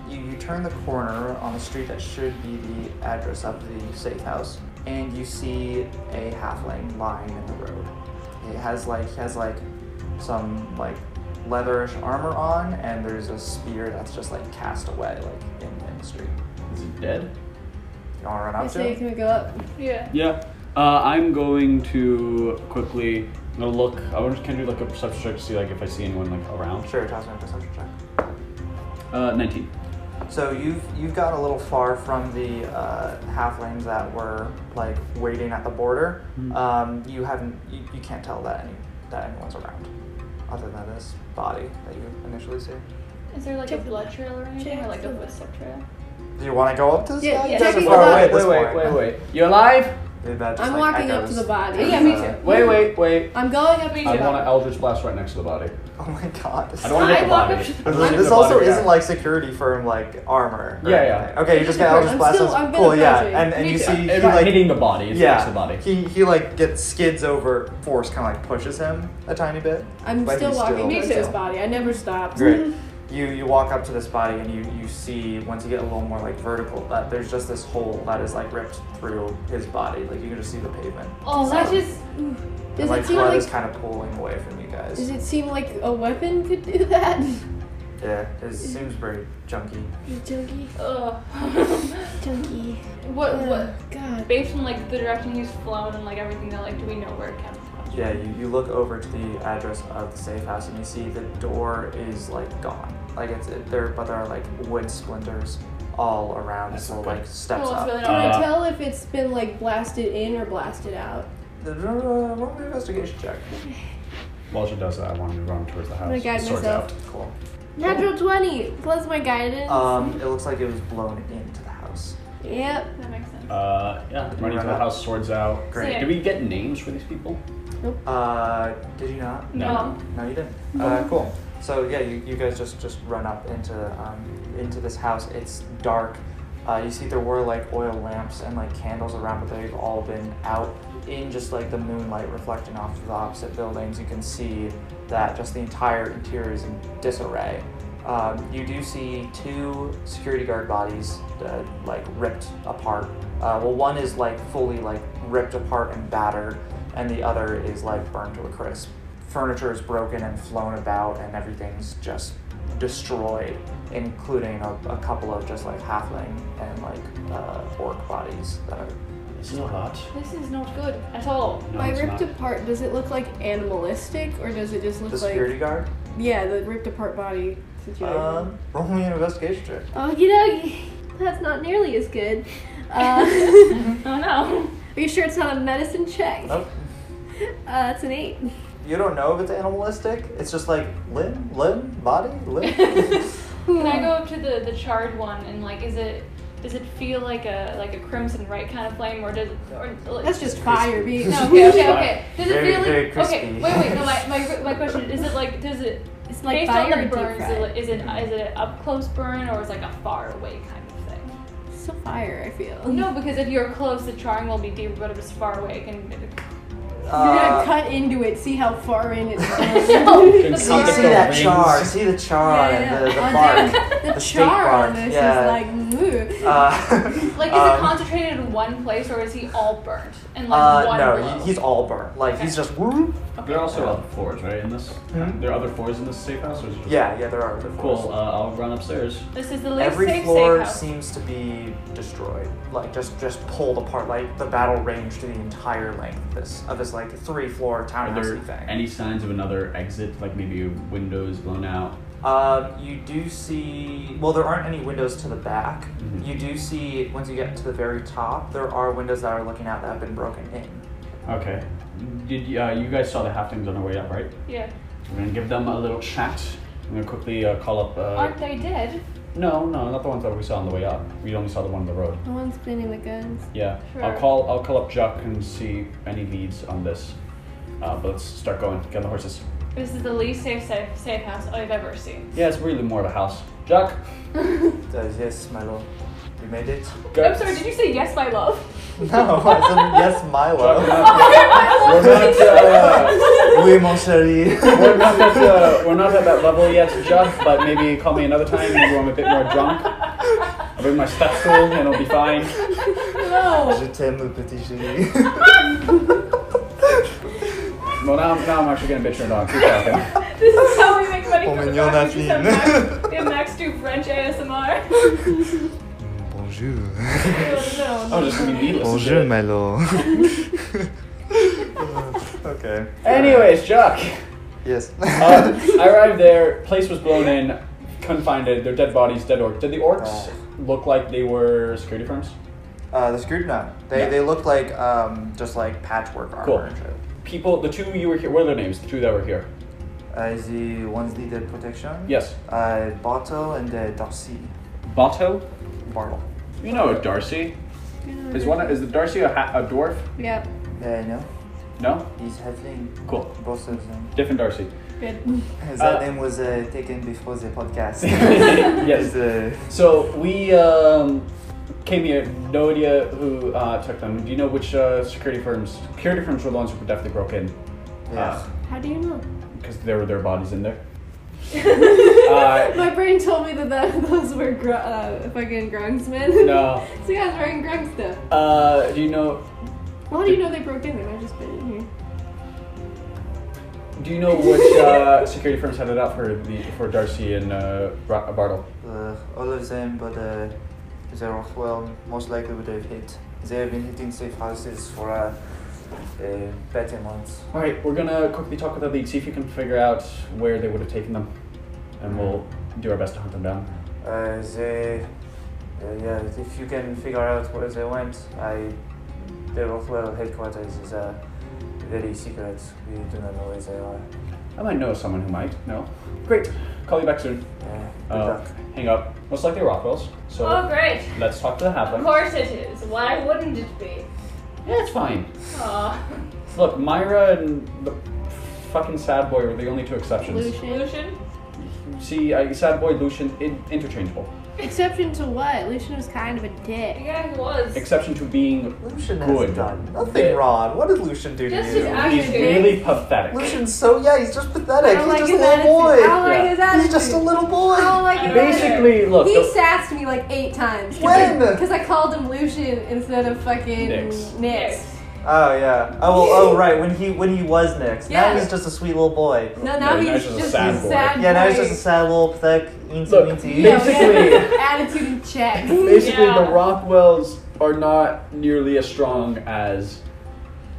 A: You, you turn the corner on the street that should be the address of the safe house, and you see a halfling lying in the road. It has like he has like some like leatherish armor on, and there's a spear that's just like cast away like in, in the street.
B: Is it dead?
A: You wanna run
C: I
A: up to
C: say,
A: him?
C: can we go up?
D: yeah.
B: Yeah. Uh, I'm going to quickly. I'm gonna look. I want to kind of do like a perception check to see like if I see anyone like around.
A: Sure, toss me a perception check.
B: Uh, 19.
A: So you've you've got a little far from the uh, halflings that were like waiting at the border.
B: Mhm.
A: Um, you haven't you, you can't tell that any that anyone's around, other than this body that you initially see.
D: Is there like a
C: Check-
D: blood trail or anything, or like a footstep trail?
A: Do you want to go up to this
C: Yeah,
A: guy? You
C: yeah.
A: guys are
C: Check
A: far
C: it
A: away
C: out.
A: at this point.
B: You alive?
A: That just,
C: I'm
A: like,
C: walking up to
A: echoes.
C: the body.
A: There's,
D: Yeah, me
A: uh,
D: too.
B: Wait, wait, wait.
C: I'm going up to
D: Me
B: I
C: the
D: too.
B: want
C: body.
B: an Eldritch Blast right next to the body.
A: Oh my god. This,
B: I don't want to hit
D: I
B: the
D: walk
B: body.
D: up to the
B: I don't wanna hit
A: this
B: the
A: also
B: body, yeah.
A: isn't like security firm like armor. or
B: Yeah, yeah.
A: anything. Okay, you just got Eldritch
C: I'm
A: Blast.
C: still-
A: us.
C: I'm
A: cool, yeah.
C: penetrating.
A: And, and
D: Me
A: you
D: too.
A: see, he
B: It's not
A: like
B: hitting the body. It's next to the body.
A: He he like gets skids over. Force kind of like pushes him a tiny bit.
C: I'm
A: but
C: still
A: he's
C: walking
A: still-
C: towards
D: Me too.
C: this body. I never stopped.
A: Great. You you walk up to this body and you you see once you get a little more like vertical that there's just this hole that is like ripped through his body. Like you can just see the pavement.
D: Oh, that just.
A: And,
C: mm, Does
A: like
C: it seem
A: blood
C: like
A: is kind of pulling away from you guys.
C: does it seem like a weapon could do that?
A: yeah, it seems very junky.
C: Junkie,
D: Ugh.
C: junkie.
D: what? What?
C: God.
D: Based on like the direction he's flown and like everything that like, do we know where it comes from?
A: Yeah, you, you look over to the address of the safe house and you see the door is like gone. Like it's it, there, but there are like wood splinters all around.
B: That's
A: This little
B: not good.
A: like steps
D: Well, it's
A: up.
D: really
C: Can
D: not.
B: Uh,
C: I tell if it's been like blasted in or blasted out?
A: Uh, roll an investigation check.
B: While she does that, I want to run towards the house.
C: gonna guide
B: Swords
C: myself.
B: out.
A: Cool.
C: Natural twenty plus my guidance.
A: Um, it looks like it was blown into the house.
C: yep.
D: That makes sense.
B: Uh, yeah, running to the
A: Right.
B: house, swords out.
A: Great.
B: Do we get names for these people?
A: Uh, did you not?
D: No.
A: No, you didn't. Uh, cool. So yeah, you, you guys just just run up into um, into this house. It's dark. Uh, you see there were like oil lamps and like candles around, but they've all been out in just like the moonlight reflecting off of the opposite buildings. You can see that just the entire interior is in disarray. Um, you do see two security guard bodies uh, like ripped apart. Uh, well, one is like fully like ripped apart and battered, and the other is like burned to a crisp furniture is broken and flown about and everything's just destroyed including a, a couple of just like halfling and like uh, orc bodies that are
B: This is a lot.
D: This is not good at all.
B: No,
C: my
B: it's
C: ripped
B: not.
C: apart. Does it look like animalistic or does it just look
A: the
C: like
A: security guard
C: yeah the ripped apart body situation?
A: um roll me an investigation check
C: Okie dokie. That's not nearly as good. Uh,
D: Oh no.
C: are you sure it's not a medicine check?
A: nope
C: Uh, it's an eight.
A: you don't know if it's animalistic it's just like limb limb body limb
D: Can I go up to the the charred one and like, is it? Does it feel like a like a crimson right kind of flame, or does it? Or, like,
C: That's just fire being.
D: No, okay, okay, okay. Does it
A: Very,
D: feel like?
A: very crispy.
D: Okay, wait, wait. No, my, my, my question is: it like does it?
C: It's like
D: based
C: fire
D: on
C: and
D: the
C: deep
D: burns, is
C: fried.
D: it, like- is it is it an up close burn or is it like a far away kind of thing?
C: It's still fire. I feel.
D: Oh, No, because if you're close, the charring will be deeper, but if it's far away, it can.
C: You're
A: Uh,
C: gonna cut into it, see how far in it's
D: No,
A: see,
B: Can
D: that's
A: see
D: not-
B: something go
A: that
B: rings?
A: char see the char
C: Yeah,
A: and
C: yeah.
A: the, the
C: Oh,
A: bark
C: The,
A: The steak
C: char
A: bark,
C: on this
A: yeah.
C: is like, "Ooh."
A: uh,
D: Like, is it
A: um,
D: concentrated in one place or is he all burnt and like
A: uh,
D: one
A: no
D: blow?
A: he- he's all burnt like he's just whoop
B: There are also other floors, right? In this,
A: Hmm?
B: there are other floors in this safe house, or is it just
A: Yeah, yeah, there are. Other
B: Cool.
A: floors.
B: Uh, I'll run upstairs.
D: This is the least
A: Every
D: safe
A: floor
D: safe house.
A: seems to be destroyed, like just just pulled apart. Like the battle raged through the entire length of this of this like three floor
B: Are
A: townhouse
B: there
A: thing.
B: any signs of another exit, like maybe windows blown out?
A: Um, you do see. Well, there aren't any windows to the back.
B: Mhm.
A: You do see once you get to the very top, there are windows that are looking out that have been broken in.
B: Okay. Did y- uh, you guys saw the halflings on our way up, right?
D: Yeah.
B: We're gonna give them a little chat. I'm gonna quickly uh, call up.
D: Aren't
B: Uh,
D: they dead?
B: no, no, not the ones that we saw on the way up. We only saw the one on the road.
C: The one's spinning the guns.
B: Yeah.
D: Sure.
B: I'll call. I'll call up Jack and see any leads on this. Uh, but let's start going. Get on the horses.
D: This is the least safe safe safe house I've ever seen.
B: Yeah, it's really more of a house. Jack.
A: Uh, yes, my lord, you made it.
B: Go.
D: Oh, I'm sorry. Did you say yes, my love?
A: No, I said yes, Milo.
B: We're not, uh,
A: oui, mon chéri.
B: we're, not at, uh, we're not at that level yet, Jack, but maybe call me another time. Maybe I'm a bit more drunk. I'll bring my step stool and it'll be fine.
C: No!
A: Je t'aime, petit chéri.
B: Well, now, now I'm actually gonna bitch your dog. Keep talking.
D: This is how we make money.
A: Oh,
D: from the
A: mignon,
D: Max.
A: Nathalie.
D: Max- we have Max do French ASMR.
A: Bonjour.
B: I'm just Oh, gonna be needless. and shit.
A: Milo. okay.
B: Anyways, Jack.
A: Yes.
B: Uh, I arrived there. Place was blown in. Couldn't find it. They're dead bodies, dead orcs. Did the orcs
A: Oh.
B: look like they were security firms?
A: uh, the screwed nut. They
B: Yeah.
A: they looked like um just like patchwork armor
B: Cool.
A: and shit.
B: People, the two you were here. What are their names? The two that were here.
A: Uh, the ones needed protection.
B: Yes,
A: Uh, Bartle and uh, Darcy.
B: Bato.
A: Bartle.
B: You know Darcy. Is one is the Darcy a, ha- a dwarf?
E: Yep.
A: Yeah, I know.
B: No.
A: He's having
B: Cool.
A: both of them.
B: Different Darcy.
E: Good.
A: His
B: Uh,
A: name was uh, taken before the podcast. uh,
B: yes.
A: The-
B: So we um, came here. No idea who uh, took them. Do you know which uh, security firms? Security firms were the ones who definitely broke in Ah.
A: yes.
C: How do you know?
B: because there were their bodies in there. Uh,
E: My brain told me that, that those were gr- uh, fucking Grungs men.
B: No.
E: so you guys wearing Grung stuff.
B: Uh, do you know?
E: Well, how do you know they broke in? They might have just been in here.
B: Do you know which uh, security firms headed up for the for Darcy and uh, Ra- Bartle?
A: Uh, all of them, but uh, the Rothwell most likely would have hit. They have been hitting safe houses for uh, uh, better months.
B: All right, we're gonna quickly talk with the league, see if you can figure out where they would have taken them, and we'll do our best to hunt them down.
A: Uh, they, uh, yeah, if you can figure out where they went, I, the Rothwell headquarters is uh, very secret. We do not know where they are.
B: I might know someone who might. No. Great. Call you back soon.
A: Yeah, good
B: Uh,
A: luck.
B: hang up. Most likely Rockwell's. So
D: Oh, great.
B: let's talk to the
D: Of
B: halfling.
D: course it is. Why wouldn't it be?
B: Yeah, it's fine.
D: Aw.
B: Look, Myra and the fucking sad boy were the only two exceptions.
E: Lucian.
D: Lucian?
B: See, I, sad boy, Lucian, in, interchangeable.
E: Exception to what? Lucian was kind of a dick.
D: Yeah, he was.
B: Exception to being
A: Lucian
B: Good.
A: has done nothing
B: Yeah.
A: wrong. What did Lucian do to
D: Just his
A: you?
D: act-
B: he's
D: Actually.
B: really pathetic.
A: Lucian's so yeah, he's just
E: I
A: pathetic.
E: don't
A: He's
E: like
A: just a
E: his
A: little
E: attitude.
A: boy.
E: I don't like
B: Yeah.
E: his
A: He's
E: attitude.
A: just a little boy.
E: I don't like his
D: Basic-
E: attitude.
B: Basically, look.
E: He
B: the-
E: sassed me like eight times.
A: When?
E: Because I called him Lucian instead of fucking
B: Nix.
E: Nix.
A: Oh yeah. Oh well, oh right. When he when he was Nix, now
E: Yeah.
A: he's just a sweet little boy.
E: No, now
B: Yeah, now
E: he's
B: he's just a
E: just
B: sad
E: a
B: boy.
E: sad
A: Yeah, now he's
E: boy.
A: just a sad little pathetic eensy
B: Look,
A: weensy.
E: Yeah, we
B: Basically-
E: have attitude in check.
B: Basically,
D: Yeah.
B: the Rothwells are not nearly as strong as.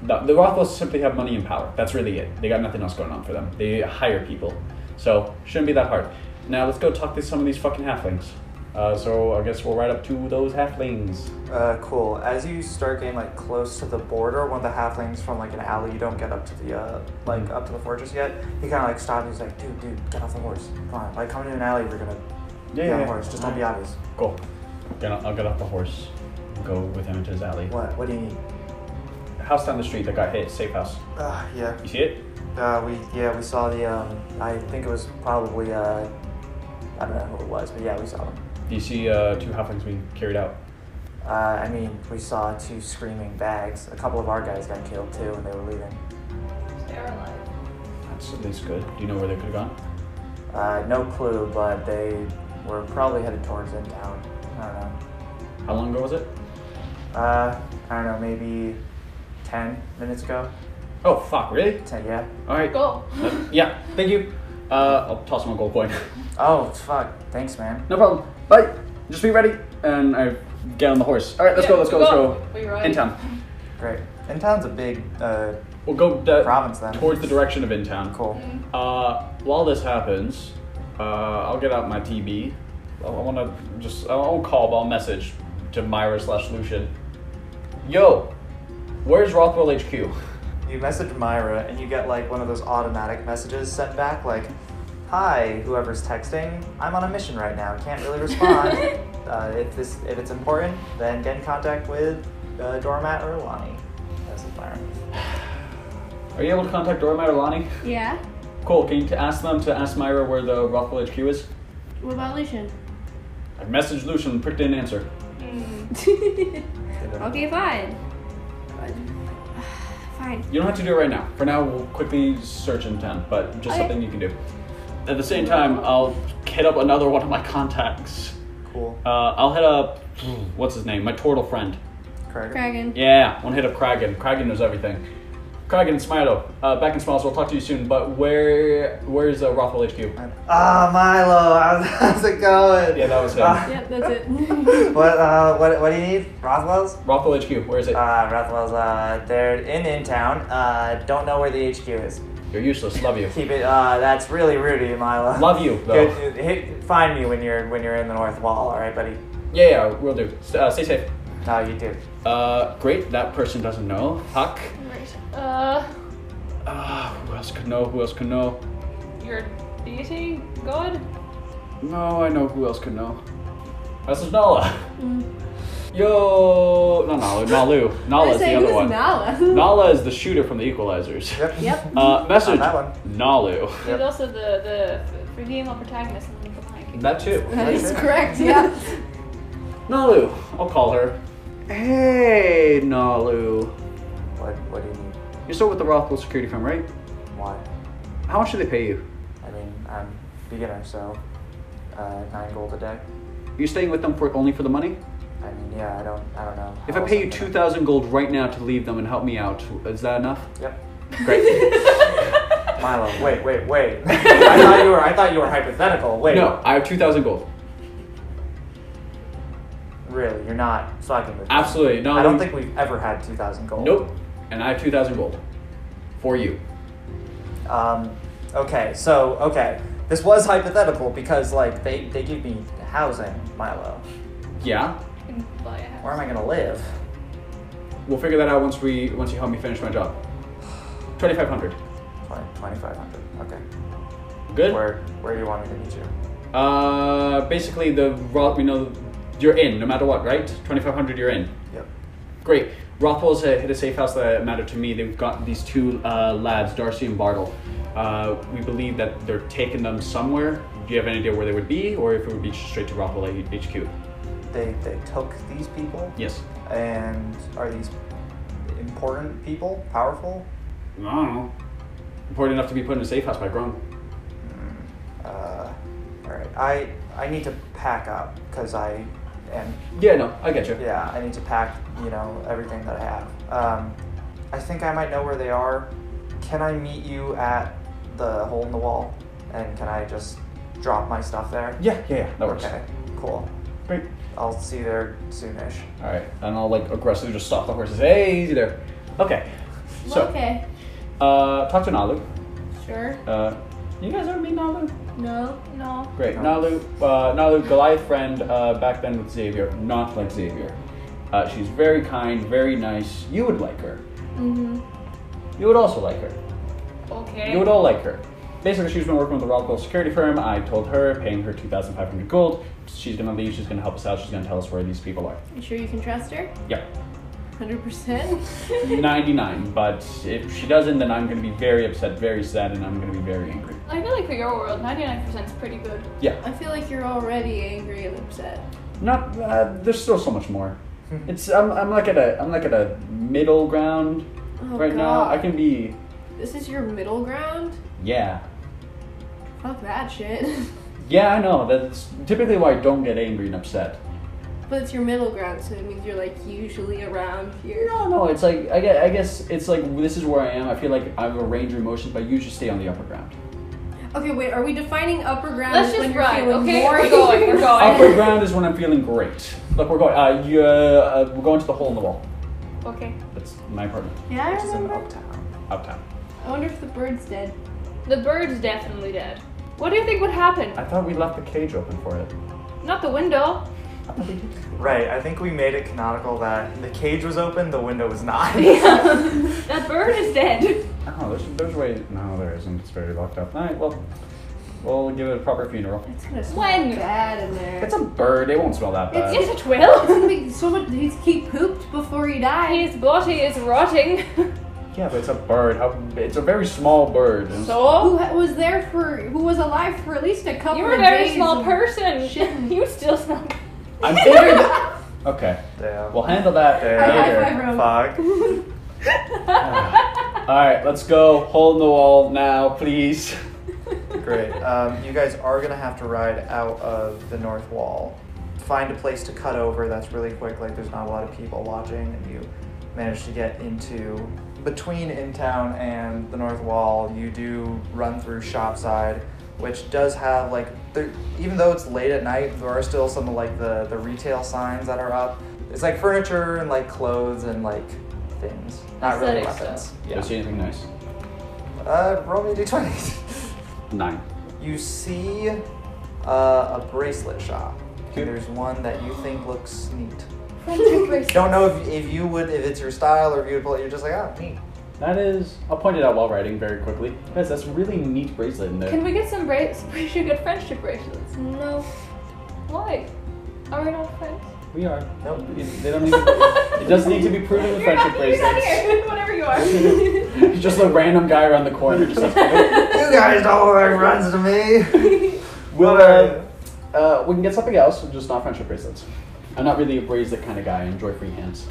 B: The, the Rothwells simply have money and power. That's really it. They got nothing else going on for them. They hire people. So, shouldn't be that hard. Now, let's go talk to some of these fucking halflings. Uh, so, I guess we'll ride up to those halflings.
A: Uh, cool. As you start getting like close to the border, one of the halflings from like an alley, you don't get up to the uh, like up to the fortress yet. He kind of like stops. He's like, dude, dude, get off the horse. Come on, like come into an alley. We're gonna get on the horse. Just don't be obvious.
B: Cool. Get on, I'll get off the horse. Go with him into his alley.
A: What? What do you need?
B: House down the street that got hit. Safe house.
A: Uh, yeah.
B: You see it?
A: Uh, we yeah we saw the um. I think it was probably uh. I don't know who it was, but yeah, we saw them.
B: Do you see uh, two halflings being carried out?
A: Uh, I mean, we saw two screaming bags. A couple of our guys got killed too, and they were leaving.
D: They're alive.
B: That's at least good. Do you know where they could have gone?
A: Uh, no clue, but they were probably headed towards in town. I don't know.
B: How long ago was it?
A: Uh, I don't know, maybe 10 minutes ago?
B: Oh, fuck, really?
A: 10, yeah.
B: All right.
D: Go.
B: Uh, yeah, thank you. Uh, I'll toss him a gold coin.
A: Oh, fuck. Thanks, man.
B: no problem. Bye. Just be ready. And I get on the horse. All right, let's go, let's go, let's go.
D: We ride.
B: In town.
A: Great. In town's a big, uh,
B: We'll go da-
A: Province, then.
B: towards the direction of in town.
A: cool.
B: Uh, while this happens, uh, I'll get out my TB. I, I want to just, I won't call, but I'll message to Myra slash Lucian. Yo, where's Rothwell HQ?
A: You message Myra, and you get, like, one of those automatic messages sent back, like, Hi, whoever's texting. I'm on a mission right now. Can't really respond. uh, if this, if it's important, then get in contact with uh, Dormat or Lonnie. That's Myra.
B: Are you able to contact Dormat or Lonnie?
E: Yeah.
B: Cool, can you t- ask them to ask Myra where the Rothwell HQ is?
E: What about Lucian?
B: I messaged Lucian, prick didn't answer.
D: Mm.
E: okay, fine. Fine.
B: You don't have to do it right now. For now, we'll quickly search in town, but just
E: Okay.
B: something you can do. At the same time, I'll hit up another one of my contacts.
A: Cool.
B: Uh, I'll hit up, what's his name? My turtle friend.
A: Craig.
E: Kragan.
B: Yeah, one hit up Kragan. Kragan knows everything. Kragan and Smilo, uh, back in Smiles, we'll talk to you soon, but where where's uh, Rothwell HQ?
A: Ah, Milo, how's, how's it going?
B: Yeah, that was him.
A: Uh,
E: Yep, that's it.
A: what, uh, what, what do you need? Rothwell's?
B: Rothwell HQ, where is it?
A: Uh, Rothwell's, uh, they're in in town. Uh, don't know where the HQ is.
B: You're useless, love you.
A: Keep it, uh, that's really rude of you, Milo.
B: Love you, though.
A: Go- hit, find me when you're, when you're in the North Wall, alright, buddy?
B: Yeah, yeah, we'll do. S- Uh, stay safe.
A: No, you do.
B: Uh, great, that person doesn't know. Huck.
D: Right. Uh,
B: Uh, who else could know? Who else could know?
D: your deity? God?
E: Mm.
B: No, I know who else could know. That's Nola. Yo, no, Nalu, Nalu, Nala
E: I
B: is the
E: say,
B: other
E: who's
B: one.
E: Nala?
B: Nala is the shooter from the Equalizers.
A: Yep.
E: Yep.
B: Uh, message
A: that one.
B: Nalu.
D: He
A: Yep.
D: was also the the the female protagonist in Link of Lion King.
B: That too.
E: That is
A: Right.
E: correct. Yeah.
B: Nalu, I'll call her. Hey, Nalu.
A: What, what do you need?
B: You're still with the Rothwell security firm, right?
A: Why?
B: How much do they pay you?
A: I mean, I'm beginner, so uh, nine gold a day.
B: You're staying with them for only for the money?
A: I mean, yeah, I don't, I don't know.
B: If
A: how
B: I
A: else
B: pay you
A: can-
B: 2,000 gold right now to leave them and help me out, is that enough?
A: Yep.
B: Great.
A: Milo, wait, wait, wait. I thought you were, I thought you were hypothetical. Wait.
B: no, I have 2,000 gold.
A: Really, you're not slacking with me.
B: Absolutely. Nalu.
A: I don't think we've ever had 2,000 gold.
B: Nope. And I have 2,000 gold. For you.
A: Um, okay, so, okay. This was hypothetical because, like, they, they give me housing, Milo.
B: Yeah?
D: In Lion
A: Where
D: House.
A: am I gonna live?
B: We'll figure that out once we once you help me finish my job. 2,500.
A: 2,500. Okay.
B: Good?
A: Where, where do you want me to meet you?
B: Uh, basically, the Roth, we know you're in no matter what, right? 2500, you're in.
A: Yep.
B: Great. Rothwell's uh, hit a safe house that mattered to me. They've got these two uh, lads, Darcy and Bartle. Uh, we believe that they're taking them somewhere. Do you have any idea where they would be, or if it would be straight to Rothwell HQ?
A: They, they took these people?
B: Yes.
A: And are these important people? Powerful?
B: I don't know. Important enough to be put in a safe house by Grom.
A: Uh, all right. I I need to pack up because I am.
B: Yeah, no, I get you.
A: Yeah, I need to pack. You know everything that I have. Um, I think I might know where they are. Can I meet you at the hole in the wall? And can I just drop my stuff there?
B: Yeah, yeah, yeah, that works.
A: Okay. Cool.
B: Great.
A: I'll see you there soonish.
B: All right, and I'll like aggressively just stop the horse and say, "Hey, easy there." Okay. So,
E: okay.
B: uh, talk to Nalu.
E: Sure.
B: Uh, you guys ever meet Nalu?
E: No.
D: No.
B: Great.
A: No.
B: Nalu, uh, Nalu, Goliath friend uh, back then with Xavier, not like Xavier. Uh, she's very kind, very nice. You would like her.
E: Mhm.
B: You would also like her.
D: Okay.
B: You would all like her. Basically, she's been working with the Rockwell security firm. I told her, paying her 2,500 gold. She's gonna leave, she's gonna help us out, she's gonna tell us where these people are.
E: You sure you can trust her?
B: Yeah,
E: Hundred percent.
B: 99, but if she doesn't, then I'm gonna be very upset, very sad, and I'm gonna be very angry.
D: I feel like for your world, 99% is pretty good.
B: Yeah,
E: I feel like you're already angry and upset.
B: not, uh, there's still so much more. It's, I'm, I'm like at a, I'm like at a middle ground.
E: Oh
B: right
E: God.
B: now. I can be,
E: This is your middle ground.
B: yeah,
E: Fuck that shit.
B: yeah. I know. That's typically why I don't get angry and upset.
E: but it's your middle ground, so it means you're like usually around here.
B: No, no. It's like I guess, I guess it's like this is where I am. I feel like I have a range of emotions, but you should stay on the upper ground.
E: Okay, wait. Are we defining upper ground
D: Let's
E: as
D: just
E: when you're
D: run,
E: feeling
D: okay?
E: more
D: We're going, we're
E: angry?
D: going.
B: upper ground is when I'm feeling great. Look, we're going. Uh, you, uh, uh, we're going to the hole in the wall.
D: Okay.
B: That's my apartment,
E: Yeah,
A: Which
E: I
A: is in
E: remember.
A: uptown.
B: uptown.
E: I wonder if the bird's dead.
D: The bird's definitely dead. What do you think would happen?
B: I thought we left the cage open for it.
D: Not the window.
A: Right. I think we made it canonical that the cage was open, the window was not.
D: That bird is dead.
B: Oh, there's there's a way. No, there isn't. It's very locked up. All right. Well, we'll give it a proper funeral.
E: It's gonna smell
D: When?
E: bad in there.
B: It's a bird. It won't smell that bad.
D: Yes, it will.
E: gonna be so much. He's, he pooped before he died.
D: His body is rotting.
B: Yeah, but it's a bird. How, it's a very small bird. And
E: Who
D: So?
E: ha- was there for? Who was alive for at least a couple?
D: You're a
E: of
D: very
E: days
D: small
E: of-
D: person.
E: shit.
D: You still smell.
B: I'm bigger than. Okay,
A: Damn.
B: we'll handle that
A: Damn.
E: High
B: later.
E: five, Rome.
A: Fuck.
B: All right, let's go. Hole in the wall now, please.
A: Great. Um, you guys are gonna have to ride out of the north wall. Find a place to cut over that's really quick, like there's not a lot of people watching, and you manage to get into between in town and the north wall. You do run through Shopside, which does have like there, even though it's late at night, there are still some of like the the retail signs that are up. It's like furniture and like clothes and like things, not really
D: Aesthetic stuff.
A: weapons.
B: Yeah. see anything nice?
A: Uh, roll me a d20.
B: Nine.
A: You see uh, a bracelet shop.
B: Okay.
A: And there's one that you think looks neat.
E: Friendship bracelet.
A: Don't know if, if you would, if it's your style or if you would pull it. You're just like, ah, neat.
B: That is. I'll point it out while writing very quickly. Guys, that's a really neat bracelet in there.
D: Can we get some bracelets? We should get friendship bracelets.
E: No.
D: Why? Are we not friends?
B: We are.
A: Nope.
B: It- They don't need to- it doesn't need to be proven with
D: You're
B: friendship
D: not, you're not
B: bracelets.
D: here. Whatever you are.
B: It's just a random guy around the corner. Just like, "Nope."
A: You guys don't like friends to me.
B: we'll,
A: What are
B: uh, uh, we can get something else, just not friendship bracelets. I'm not really a bracelet kind of guy. I enjoy free hands.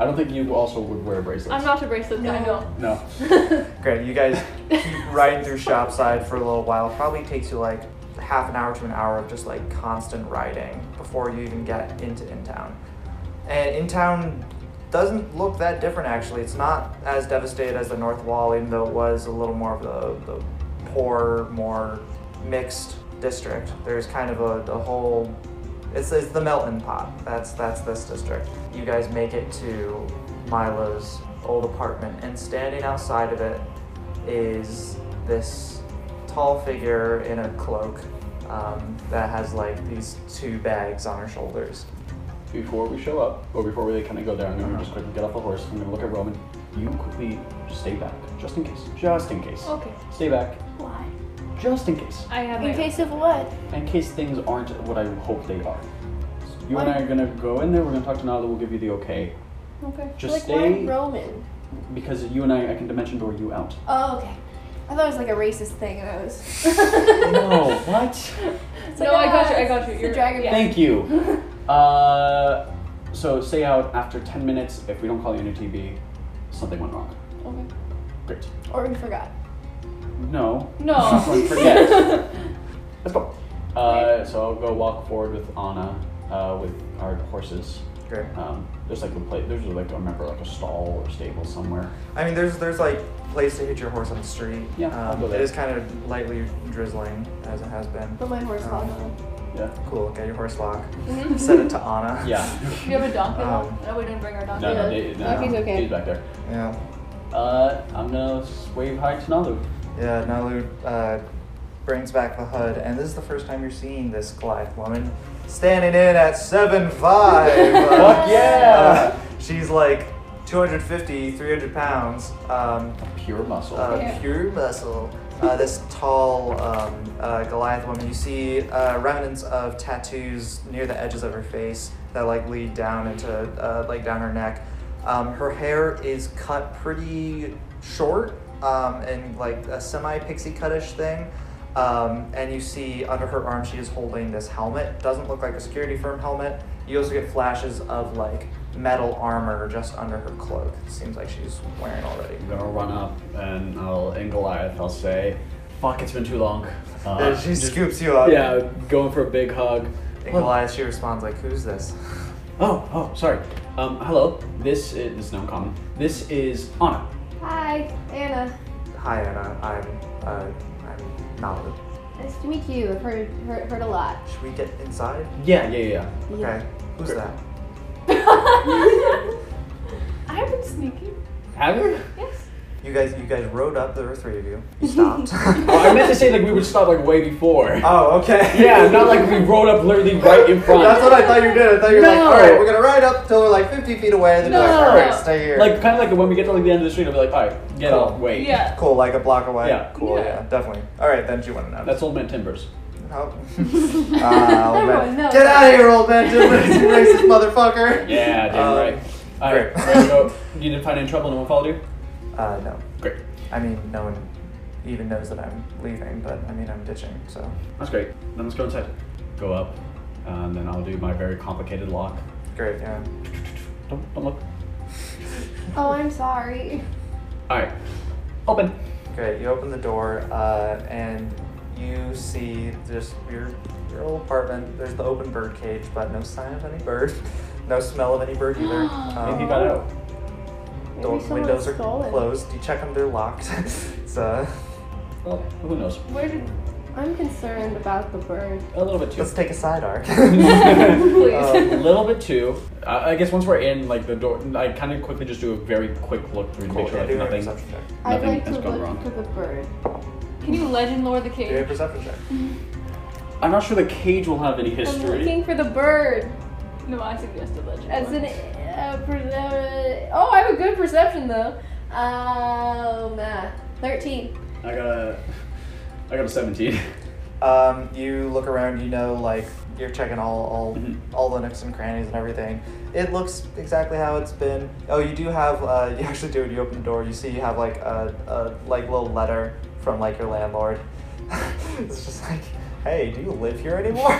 B: I don't think you also would wear bracelets.
D: Hmm. I'm not a bracelet guy. No.
B: No.
A: Great, you guys keep riding through Shopside for a little while. Probably takes you like half an hour to an hour of just like constant riding before you even get into in town. And in town doesn't look that different actually. It's not as devastated as the North Wall, even though it was a little more of the, the poor, more mixed district. There's kind of a the whole it's, it's the melting pot. That's that's this district. You guys make it to Milo's old apartment, and standing outside of it is this tall figure in a cloak um, that has like these two bags on her shoulders.
B: Before we show up, or before we kind of go there, I'm gonna just quickly get off the horse. I'm gonna look at Roman. You quickly just stay back, just in case. Just in case.
D: Okay.
B: Stay back,
C: Why?
B: just in case.
D: I have
C: In
D: my
C: case of what?
B: In case things aren't what I hope they are. You and I are gonna go in there. We're gonna talk to Nala. We'll give you the okay.
D: Okay.
B: Just
C: like
B: stay
C: why Roman?
B: because you and I, I can dimension door you out.
C: Oh, okay. I thought it was like a racist thing, and I was.
B: no, what?
C: It's
D: No, I got you,
E: ah,
D: I got you.
C: it's the
D: You're-
C: dragon.
D: yeah.
B: Thank you. Uh, so stay out after 10 minutes. If we don't call you on your TV, something went wrong.
C: Okay.
B: Great.
C: Or we forgot.
B: No.
D: No.
B: Forget. Let's go. Uh, so I'll go walk forward with Anna uh, with our horses.
A: Great.
B: Um, there's like a place. There's like I remember like a stall or stable somewhere.
A: I mean, there's there's like place to hit your horse on the street.
B: Yeah, I'll
A: um,
B: go
A: it
B: there.
A: is kind of lightly drizzling as it has been.
C: But my horse got
B: Yeah.
A: Cool. Get your horse lock. Set it to Anna.
B: Yeah.
D: Do you have a donkey?
A: Um,
D: no, we didn't bring our donkey.
B: No, no, they, no,
E: Lucky's
B: no.
E: okay.
B: He's back there.
A: Yeah.
B: Uh, I'm gonna wave hi to Nalu.
A: Yeah, Nalu uh, brings back the hood, and this is the first time you're seeing this Goliath woman standing in at seven five. Uh,
B: Fuck yeah!
A: she's like 250, 300 pounds, um,
B: Pure muscle.
A: uh, pure muscle. Uh, this tall um, uh, Goliath woman, you see uh, remnants of tattoos near the edges of her face that like lead down into uh, like down her neck. Um, her hair is cut pretty short um, and like a semi pixie cutish thing. Um, and you see under her arm she is holding this helmet. Doesn't look like a security firm helmet. You also get flashes of like metal armor just under her cloak. seems like she's wearing already.
B: I'm gonna run up and I'll in Goliath. I'll say, "Fuck, it's been too long." Uh,
A: Yeah, she
B: just-
A: scoops you up.
B: Yeah, going for a big hug.
A: And Goliath, she responds like, "Who's this?"
B: Oh, oh, sorry. Um, hello. This is, this is now common. This is Anna.
E: Hi, Anna.
A: Hi, Anna. I'm uh, I'm Nalu.
E: Nice to meet you. I've heard heard, heard a lot.
A: Should we get inside?
B: Yeah, yeah, yeah.
A: Okay. Who's
B: Sure.
A: that?
D: I've been sneaky.
B: Have you?
D: Yes.
A: You guys, you guys rode up. There were three of you. You stopped.
B: Well, Oh, I meant to say like we would stop like way before.
A: oh, okay.
B: yeah, not like we rode up literally right in front.
A: That's what I thought you did. I thought you were like,
B: No.
A: all right, we're gonna ride up till we're like 50 feet away, and then you're like, all right,
D: No.
A: stay here.
B: Like kind of like when we get to like the end of the street, I'll be like, all right, get
A: Cool.
B: off, wait.
D: Yeah.
A: cool, like a block away.
B: Yeah.
A: Cool. Yeah.
D: Yeah.
A: definitely. All right, then you want to know.
B: That's old man timbers.
A: Oh. Ah, old man.
E: Everyone knows.
A: Get out of here, old man! You racist motherfucker.
B: Yeah, damn
A: Um,
B: right. All right,
A: great.
B: there we go. You didn't find any trouble. No one followed you.
A: Uh, no.
B: Great.
A: I mean, no one even knows that I'm leaving, but I mean, I'm ditching, so.
B: That's great. Then let's go inside. Go up, and then I'll do my very complicated lock.
A: Great, yeah.
B: Don't, don't look.
E: Oh, I'm sorry.
B: All right, open.
A: Great, you open the door, uh, and you see just your, your old apartment. There's the open bird cage, but no sign of any bird. No smell of any bird either. Um,
B: Maybe you got out.
A: The
C: Maybe someone
A: windows are
C: stole it.
A: closed. You check them, they're locked. it's, uh,
B: Well, Oh. who knows?
D: Where did?
C: I'm concerned about the bird.
B: A little bit too.
A: let's take a side arc.
D: Please.
B: a little bit too. I, I guess once we're in, like the door, I kind of quickly just do a very quick look through to
A: cool,
B: make sure
A: yeah,
B: like
A: do a
B: nothing,
A: perception check.
C: I'd
B: nothing
C: like to
B: has gone
C: look
B: wrong.
C: for the bird.
D: Can you legend lore the
A: Do a
D: cage?
A: perception check.
B: I'm not sure the cage will have any
C: I'm
B: history.
C: looking for the bird.
D: No, I suggested legend.
C: As
D: lore.
C: an uh, per- uh, oh, I have a good perception though. Um, uh, thirteen.
B: I got a, I got a 17.
A: Um, you look around, you know, like you're checking all all,
B: Mhm.
A: all the nooks and crannies and everything. It looks exactly how it's been. Oh, you do have. Uh, you actually do. When you open the door, you see you have like a, a like little letter from like your landlord. it's just like, hey, do you live here anymore?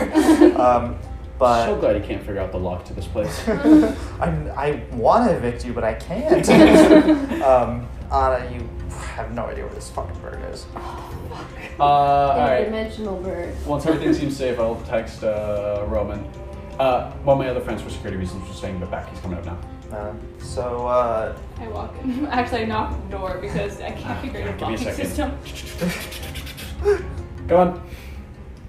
A: um, but
B: so glad you can't figure out the lock to this place. Uh,
A: I'm, I want to evict you, but I can't. um, Anna, you have no idea where this fucking bird is.
B: Uh, all right.
C: Dimensional bird.
B: Once everything seems safe, I'll text uh, Roman. Uh, well, my other friends for security reasons were staying, but back he's coming up now.
A: Uh, so, uh,
D: I walk in. Actually, I knock on the door because I can't figure out the
B: Ah, Give me a
D: locking
B: second.
D: system.
B: Come on.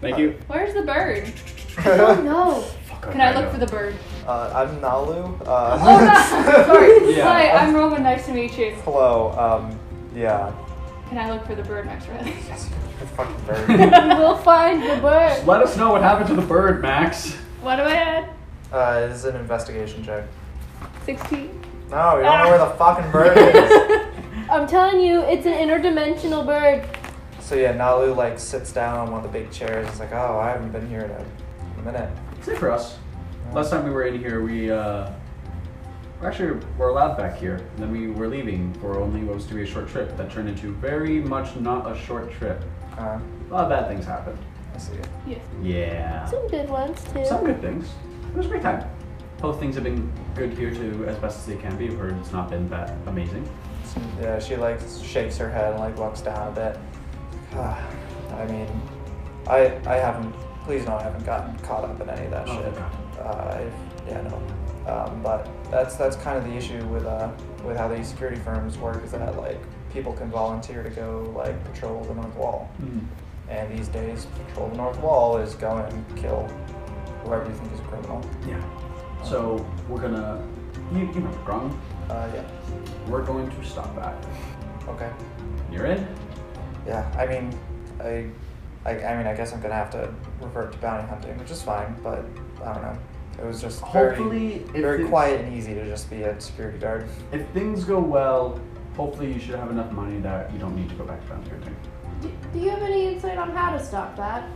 B: Thank you.
D: Where's the bird?
C: I don't know.
B: Uh, Fuck,
D: Can I
B: know.
D: look for the bird?
A: uh, I'm Nalu. Uh,
D: Oh, no! Sorry.
B: Yeah.
D: Hi, I'm Roman. Nice to meet you.
A: Hello. Um, yeah.
D: Can I look for the bird next to it?
A: Yes, the fucking bird.
C: We will find the bird.
B: Let us know what happened to the bird, Max.
D: What do I add?
A: uh, this is an investigation check.
D: 16.
A: No, you don't
D: Ah.
A: know where the fucking bird is.
C: I'm telling you, it's an interdimensional bird.
A: so yeah, Nalu like sits down on one of the big chairs. It's like, oh, I haven't been here in a minute.
B: Same for us. Last time we were in here, we uh, actually were allowed back here. And then we were leaving for only what was to be a short trip. That turned into very much not a short trip.
A: Uh,
B: A lot of bad things happened.
A: I see.
B: Yeah.
C: Some good ones too.
B: Some good things. It was a great time. Both things have been good here too, as best as they can be. I've heard it's not been that amazing.
A: Yeah, she like shakes her head and like looks down a bit. Ah, I mean, I I haven't. Please no, I haven't gotten caught up in any of that
B: Oh,
A: shit.
B: thank
A: Uh, I- yeah, no. Um, but that's that's kind of the issue with uh with how these security firms work is that like people can volunteer to go like patrol the north wall,
B: Mm-hmm.
A: and these days patrol the north wall is go and kill whoever you think is a criminal.
B: Yeah. So we're gonna. You, you remember Grom?
A: Uh, yeah.
B: We're going to stop that.
A: Okay.
B: You're in.
A: Yeah, I mean, I, I, I mean, I guess I'm gonna have to revert to bounty hunting, which is fine. But I don't know. It was just very,
B: Hopefully, if
A: very
B: it-
A: quiet and easy to just be a security guard.
B: If things go well, hopefully you should have enough money that you don't need to go back to Bounty Hunting.
C: Do, do you have any insight on how to stop that?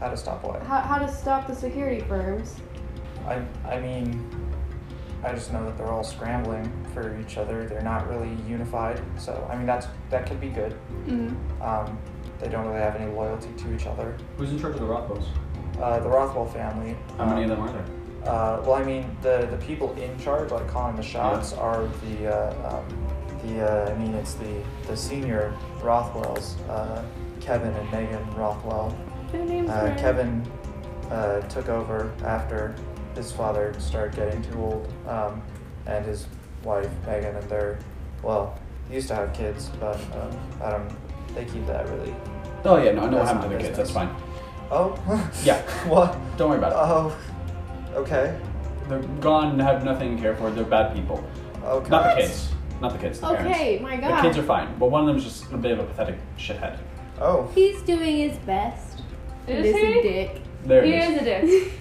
A: How to stop what?
C: How, how to stop the security firms?
A: I, I mean, I just know that they're all scrambling for each other. They're not really unified. So I mean, that's that could be good.
D: Mm.
A: Um, they don't really have any loyalty to each other.
B: Who's in charge of the Rothbos?
A: Uh, the Rothwell family.
B: How many of them are there?
A: Uh, well, I mean, the, the people in charge, like calling the shots, are the uh, um, the uh, I mean, it's the the senior Rothwells, uh, Kevin and Megan Rothwell.
C: Who names
A: Uh,
C: Ryan?
A: Kevin uh, took over after his father started getting too old, um, and his wife Megan and their well, they used to have kids, but um, I don't. They keep that really.
B: Oh yeah, no, I know what
A: That's not
B: happened to their kids. That's fine.
A: Oh.
B: Yeah.
A: what?
B: Don't worry about
A: Oh. Okay.
B: it. They're gone. Have nothing to care for. They're bad people.
A: Okay.
B: Not the kids. Not the kids. The parents.
C: Okay, my
B: The
C: God.
B: kids are fine, but one of them's just a bit of a pathetic shithead.
A: Oh.
E: He's doing his best.
D: Is
E: It
D: he?
E: a dick.
B: There
D: He
B: it is.
D: is a dick.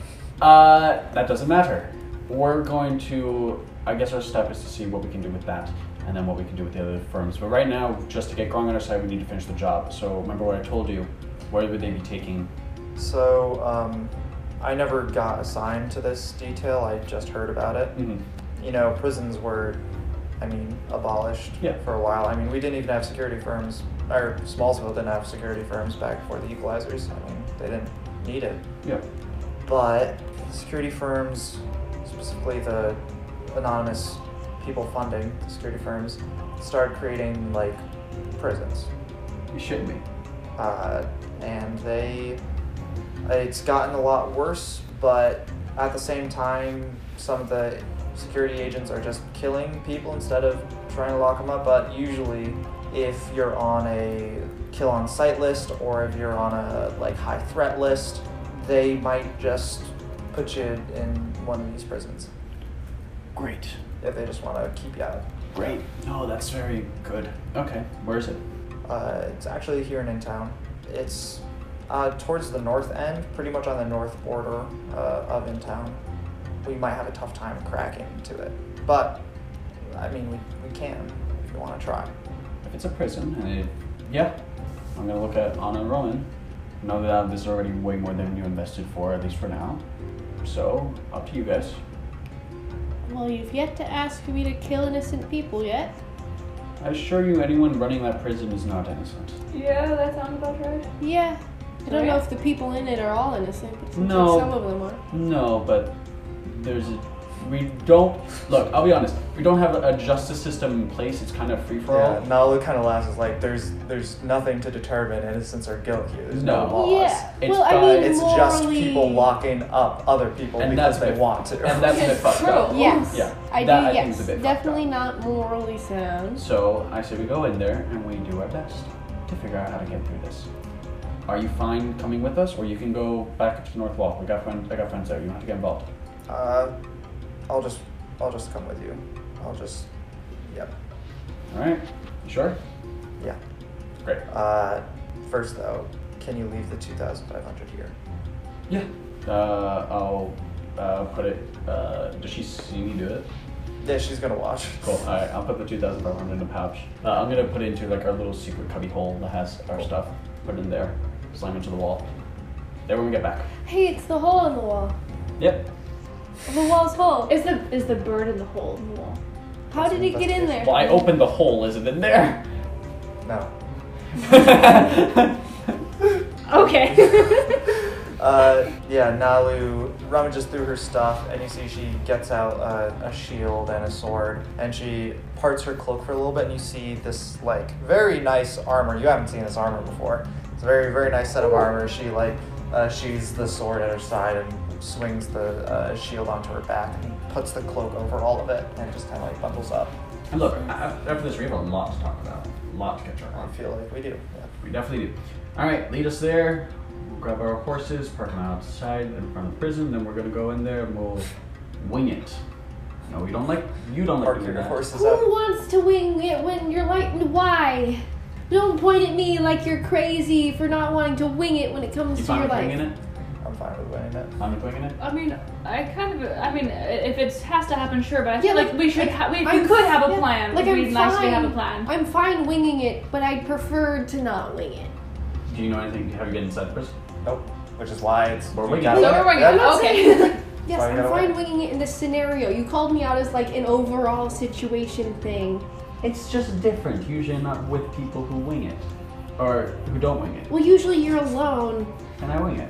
B: Uh, that doesn't matter. We're going to. I guess our step is to see what we can do with that, and then what we can do with the other firms. But right now, just to get going on our side, we need to finish the job. So remember what I told you. Where would they be taking?
A: So, um, I never got assigned to this detail. I just heard about it.
B: Mhm.
A: You know, prisons were, I mean, abolished
B: Yeah.
A: for a while. I mean, we didn't even have security firms, or Smallsville didn't have security firms back before the equalizers. I mean, they didn't need it.
B: Yeah.
A: But security firms, specifically the anonymous people funding the security firms, started creating like prisons.
B: You shouldn't be.
A: uh, and they it's gotten a lot worse but at the same time some of the security agents are just killing people instead of trying to lock them up but usually if you're on a kill on site list or if you're on a like high threat list they might just put you in one of these prisons
B: Great.
A: if they just want to keep you out
B: Great. No, that's very good. Okay. Where is it?
A: Uh, it's actually here and in town. It's uh, towards the north end, pretty much on the north border uh, of in town. We might have a tough time cracking to it, but I mean, we, we can if you want to try.
B: If it's a prison, and it, yeah, I'm gonna look at Anna and Roman. Now that this is already way more than you invested for, at least for now. So, up to you guys.
C: Well, you've yet to ask me to kill innocent people yet.
B: I assure you, anyone running that prison is not innocent.
D: Yeah, that sounds about right.
C: Yeah. I don't
D: Oh,
C: know
D: yeah?
C: if the people in it are all innocent, but it seems like
B: No.
C: some of them are.
B: No, but there's a. We don't. Look, I'll be honest. We don't have a justice system in place. It's kind of free for all.
A: Yeah, Nalu kind of laughs. Is like there's there's nothing to determine innocence or guilt here. There's no,
B: No.
A: laws.
C: Yeah.
B: It's
C: well, I
B: fine.
C: mean,
A: It's just
C: morally-
A: people locking up other people
B: And
A: because
B: that's
A: they
B: bef-
A: want to.
B: And that's a bit
D: It's
B: fucked up.
D: true.
C: Yes.
B: Yeah,
C: I do.
B: that I think
C: yes.
B: is a bit fucked
C: Definitely not morally sound.
B: So I say we go in there and we do our best to figure out how to get through this. Are you fine coming with us, or you can go back up to the North Wall? We got friends. I got friends there. You don't have to get involved.
A: uh, I'll just I'll just come with you. I'll just yep
B: All right. You sure?
A: yeah.
B: Great.
A: Uh, first though, can you leave the two thousand five hundred here?
B: Yeah. Uh, I'll uh, put it. Uh, does she see me do it?
A: Yeah, she's gonna watch.
B: Cool. All right. I'll put the 2,500 in a pouch. Uh, I'm gonna put it into like our little secret cubby hole that has our stuff. Put it in there. Slam into the wall. There when we get back.
C: Hey, it's the hole in the wall.
B: Yep.
C: The wall's hole.
E: Is the is the bird in the hole in the wall?
C: How did it get in there?
B: Well, I opened the hole. Is it in there?
A: No.
E: Okay.
A: Uh, yeah, Nalu rummages through her stuff, and you see she gets out uh, a, a shield and a sword, and she parts her cloak for a little bit, and you see this like very nice armor. You haven't seen this armor before. It's a very very nice set of armor. She like uh, she's the sword at her side and swings the uh, shield onto her back and puts the cloak over all of it, and just kind of like bundles up.
B: And look, af- after this, we have a lot to talk about. A lot to catch up
A: I
B: on.
A: feel like we do. Yeah.
B: We definitely do. All right, lead us there. We'll grab our horses, park them outside in front of the prison. Then we're gonna go in there and we'll wing it. No, we don't like. You don't like
A: Park
B: doing
A: your
B: that.
A: horses
C: Who
A: up.
C: wants to wing it when you're lightened? Why? Don't point at me like you're crazy for not wanting to wing it when it comes
B: You
C: to
B: fine
C: your
B: with
C: life.
B: winging it?
A: I'm fine with winning it.
B: I'm with winging it.
D: I mean, I kind of. I mean, if it has to happen, sure. But I
C: Yeah,
D: feel like,
C: like-
D: we should.
C: like,
D: ha- we,
C: I'm
D: we could have a
C: yeah,
D: plan.
C: like, I'm
D: we'd nicely have
C: fine.
D: a plan.
C: I'm fine winging it, but I'd prefer to not wing it.
B: Do you know anything? Have you been inside the prison?
A: Nope. Which is why it's.
B: We're
A: you
B: winging
A: gotta
B: it.
D: so
A: win
D: we're winging.
A: Yeah.
D: it. Okay.
C: Yes,
A: Fine,
C: I'm
A: no.
C: fine winging it in this scenario. You called me out as like an overall situation thing.
B: It's just different. Usually, I'm not with people who wing it, or who don't wing it,
C: Well, usually you're alone.
B: and I wing it.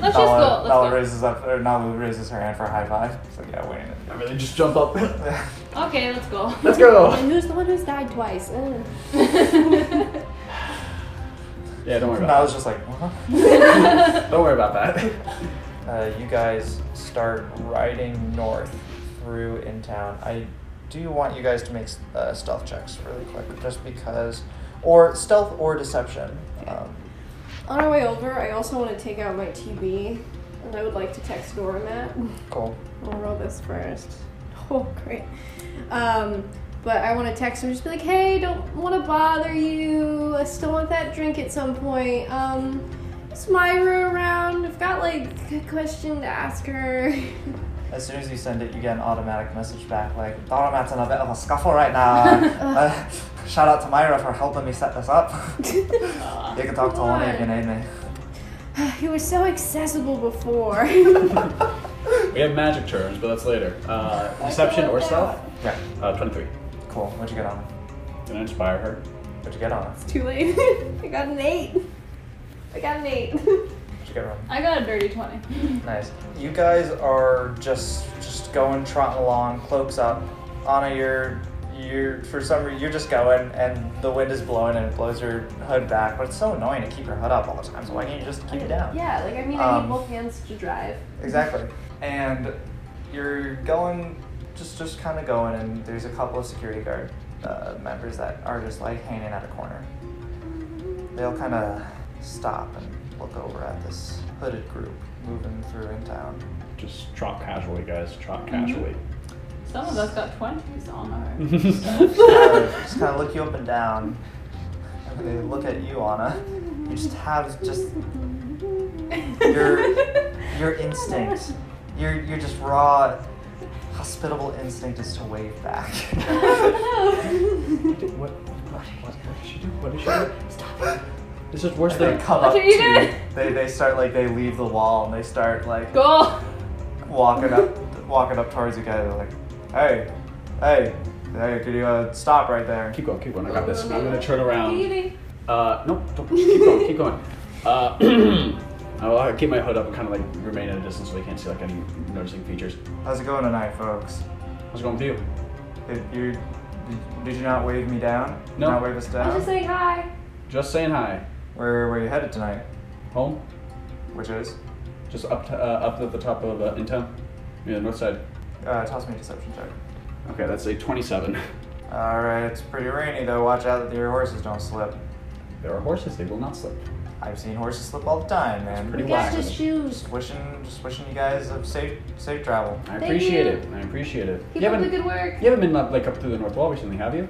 D: Let's just
A: Nala,
D: go.
A: Nala
D: Let's
A: raises up, or Nala raises her hand for a high five. So yeah, wait a minute.
B: I really just jump up.
D: go. Okay, let's go.
B: Let's go.
C: And who's the one who's died twice? Ugh.
B: Yeah, don't worry about
A: Nala's just like, huh?
B: that. Don't worry about that.
A: uh, you guys start riding north through in town. I do want you guys to make uh, stealth checks really quick, just because, or stealth or deception. Um,
C: On our way over, I also want to take out my TB, and I would like to text Nora that.
A: cool.
C: We'll roll this first. Oh, great. Um, but I want to text him, just be like, hey, don't want to bother you. I still want that drink at some point. Um, is Myra around? I've got like a question to ask her.
A: As soon as you send it, you get an automatic message back like, Doromat's in a bit of a scuffle right now. uh, shout out to Myra for helping me set this up. you can talk to Lonnie if you need me.
C: he was so accessible before.
B: We have magic terms, but that's later. Uh, deception or stealth?
A: Yeah,
B: Uh, 23.
A: cool. What'd you get on?
B: Can I inspire her?
A: What'd you get on?
C: Too late. I got an eight. I got an eight.
A: What'd you get on?
D: I got a dirty twenty.
A: Nice. You guys are just just going trotting along, cloaks up. Anna, you're you're for some reason you're just going, and the wind is blowing and it blows your hood back. But it's so annoying to keep your hood up all the time. So why can't you just keep it down?
C: yeah, like I mean, I
A: Um,
C: need both hands to drive.
A: Exactly. And you're going, just just kind of going, and there's a couple of security guard uh, members that are just like hanging at a corner. They'll kind of stop and look over at this hooded group moving through in town.
B: Just trot casually, guys. Trot casually.
D: Some of us got twenties on our.
A: Uh, just kind of look you up and down. And they look at you, Anna. You just have just your your instinct. Your your just raw, hospitable instinct is to wave back.
B: what, what, what, what did she do? What did she do?
A: Stop.
B: This is worse
A: And they
B: than.
A: come
D: What
A: up
D: are you
A: to-
D: doing?
A: They, they start like they leave the wall and they start like
D: Go.
A: walking up walking up towards you guys. They're like, hey, hey, hey, could you uh, stop right there?
B: Keep going, keep going. I got this. I'm gonna turn around.
D: Baby.
B: Uh, nope. Don't, keep going, keep going. Uh, I'll uh, keep my hood up and kind of like remain at a distance so they can't see like any noticing features.
A: How's it going tonight, folks?
B: How's it going with you?
A: Did you did you not wave me down? Did you
B: No.
A: Not wave us
D: I'm
A: down.
D: just saying hi.
B: Just saying hi.
A: Where where you headed tonight?
B: Home?
A: Which is
B: Just up to, uh, up at the top of uh, in town, yeah, the north side.
A: uh, toss me a deception check.
B: Okay, that's a 27.
A: All right, it's pretty rainy though. Watch out that your horses don't slip.
B: There are horses; they will not slip.
A: I've seen horses slip all the time, man.
B: pretty
C: Got
B: whack.
C: his shoes.
A: Just wishing, just wishing you guys a safe, safe travel.
B: I
C: Thank
B: appreciate
C: you.
B: it. I appreciate it.
C: Keep
B: you
C: up the
B: haven't
C: good work.
B: you haven't been up, like up through the north wall recently, have you?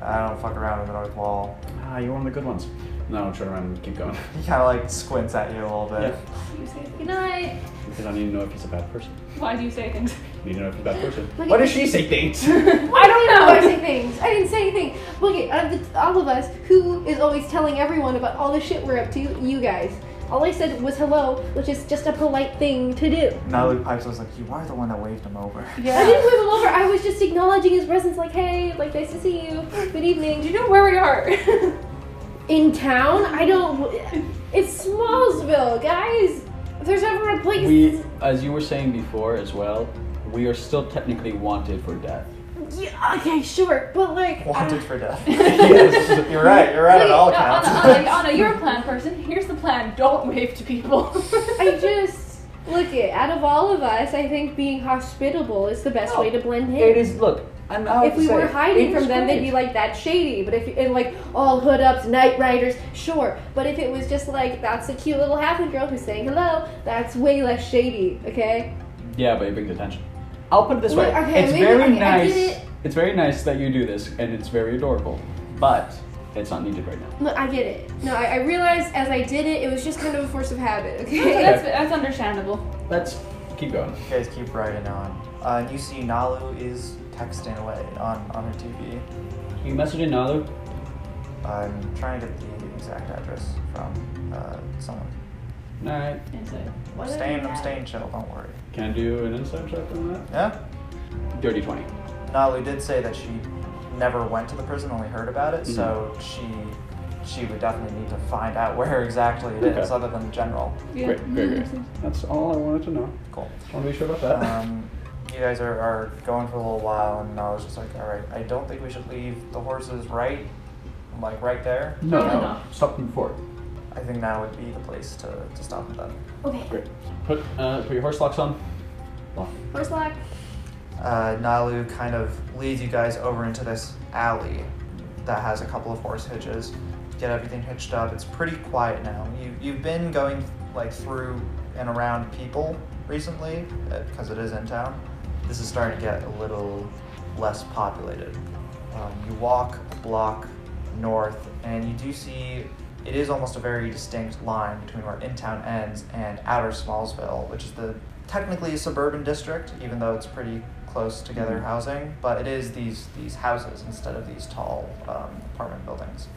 A: I don't fuck around with the North Wall.
B: Ah, you're one of the good ones. No, I'll turn around and keep going.
A: He kind of like squints at you a little bit.
B: Yeah.
D: You say good night.
B: Because I need to know if he's a bad person.
D: Why do you say things?
B: I need to know if he's a bad person.
C: Look
B: Why
C: at
B: does she say things? I
D: I don't know.
C: I didn't say things. I didn't say anything. Look at out of the, all of us, who is always telling everyone about all the shit we're up to? You guys. All I said was hello, which is just a polite thing to do.
A: Now Luke Pipes was like, "You are the one that waved him over."
C: I didn't wave him over. I was just acknowledging his presence, like, hey, like, nice to see you. Good evening.
D: You know where we are.
C: In town? I don't. It's Smallsville, guys. If there's ever a place.
B: we, as you were saying before as well, we are still technically wanted for death.
C: Yeah, okay, sure, but like. uh,
A: Wanted for death.
B: yes.
A: You're right. You're right on
D: Wait,
A: all
D: no,
A: counts.
D: Anna, Anna, Anna, you're a plan person. Here's the plan. Don't wave to people.
C: I just look it. Out of all of us, I think being hospitable is the best
B: Oh,
C: way to blend in.
B: It is. Look, I'm out.
C: If we were hiding from them, they'd be like that shady. But if you- and like all hood ups, night riders, sure. But if it was just like that's a cute little halfling girl who's saying hello, that's way less shady. Okay.
B: Yeah, but it brings attention. I'll put it this way.
C: Wait, okay,
B: it's
C: maybe-
B: very
C: okay, I
B: nice.
C: get it.
B: It's very nice that you do this, and it's very adorable. But it's not needed right now.
C: No, I get it. No, I, I realized as I did it, it was just kind of a force of habit. Okay.
D: that's, that's understandable.
B: Let's keep going.
A: You guys keep riding on. Uh, and you see Nalu is texting away on on her TV.
B: You messaging Nalu?
A: I'm trying to get the exact address from uh, someone.
B: All right.
D: Inside.
A: I'm staying. I'm staying chill. Don't worry.
B: Can I do an insight check on that?
A: Yeah.
B: Dirty twenty.
A: Nalu did say that she never went to the prison, only heard about it. So she she would definitely need to find out where exactly it is,
B: Okay.
A: other than general.
D: Yeah.
B: Great, great, great.
C: Mm-hmm.
B: That's all I wanted to know.
A: Cool.
B: Just want to be sure about that.
C: Uh,
A: um, you guys are, are going for a little while, and I was just like, all right, I don't think we should leave the horses right, like right there.
B: no,
D: probably
B: no.
D: not.
B: Stop them before.
A: I think that would be the place to, to stop them.
C: Okay.
B: Great. Put uh, put your horse locks on. Lock.
C: Horse lock.
A: Uh, Nalu kind of leads you guys over into this alley that has a couple of horse hitches. Get everything hitched up. It's pretty quiet now. You, you've been going like through and around people recently because it is in town. This is starting to get a little less populated. Um, you walk a block north, and you do see it is almost a very distinct line between where in town ends and outer Smallsville, which is the technically a suburban district, even though it's pretty close together
B: Mhm.
A: housing. But it is these these houses instead of these tall um, apartment buildings.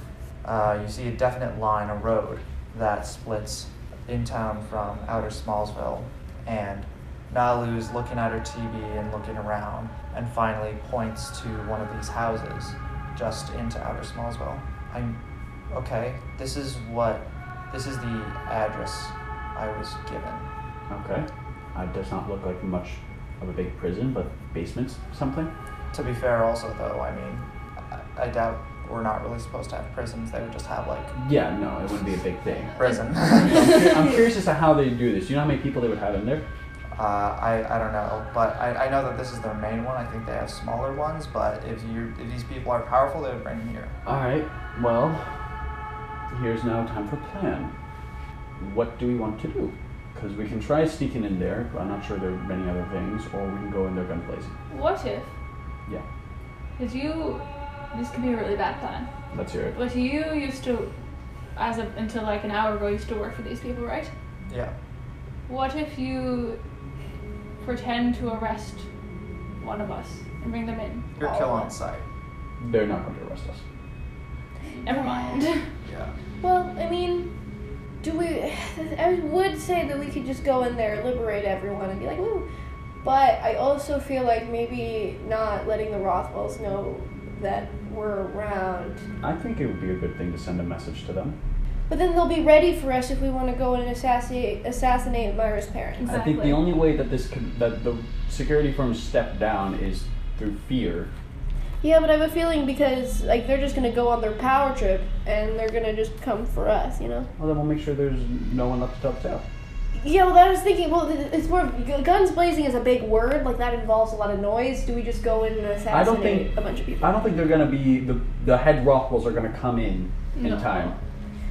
A: Uh, you see a definite line, a road that splits in town from outer Smallsville, and Nalu is looking at her TV and looking around, and finally points to one of these houses just into Outer Smallsville. I'm okay. This is what this is the address I was given.
B: Okay. Uh, does not look like much of a big prison, but basements, something.
A: To be fair, also though, I mean, I, I doubt we're not really supposed to have prisons. They would just have like
B: Yeah, no, it wouldn't be a big thing.
A: prison.
B: I'm,
A: uh,
B: cur- I'm curious as to how they do this. Do you know how many people they would have in there?
A: Uh, I I don't know, but I, I know that this is their main one. I think they have smaller ones, but if you if these people are powerful, they would bring them here.
B: All right. Well, here's now time for plan. What do we want to do? Because we can try sneaking in there, but I'm not sure there are many other things, or we can go in there gun blazing.
D: What if?
B: Yeah.
D: Because you, this could be a really bad plan.
B: Let's hear it.
D: But you used to, as of until like an hour ago, used to work for these people, right?
A: Yeah.
D: What if you pretend to arrest one of us and bring them in?
A: Your
D: All
A: kill
D: of
A: on
D: us.
A: site.
B: They're not going to arrest us.
D: Never mind.
B: Yeah.
C: Well, I mean, do we? I would say that we could just go in there, liberate everyone, and be like, woo. But I also feel like maybe not letting the Rothwells know that we're around.
B: I think it would be a good thing to send a message to them.
C: But then they'll be ready for us if we want to go and assassinate assassinate Myra's parents.
B: I think the
D: Exactly.
B: only way that this can, that the security firms step down is through fear.
C: Yeah, but I have a feeling because like they're just gonna go on their power trip and they're gonna just come for us, you know.
B: Well, then we'll make sure there's no one left to tell the tale.
C: Yeah, well, I was thinking, well, th- it's more gu- guns blazing is a big word. Like that involves a lot of noise. Do we just go in and assassinate
B: I don't think-
C: a bunch of people?
B: I don't think they're gonna be the the head Rockwells are gonna come in in
D: No.
B: time.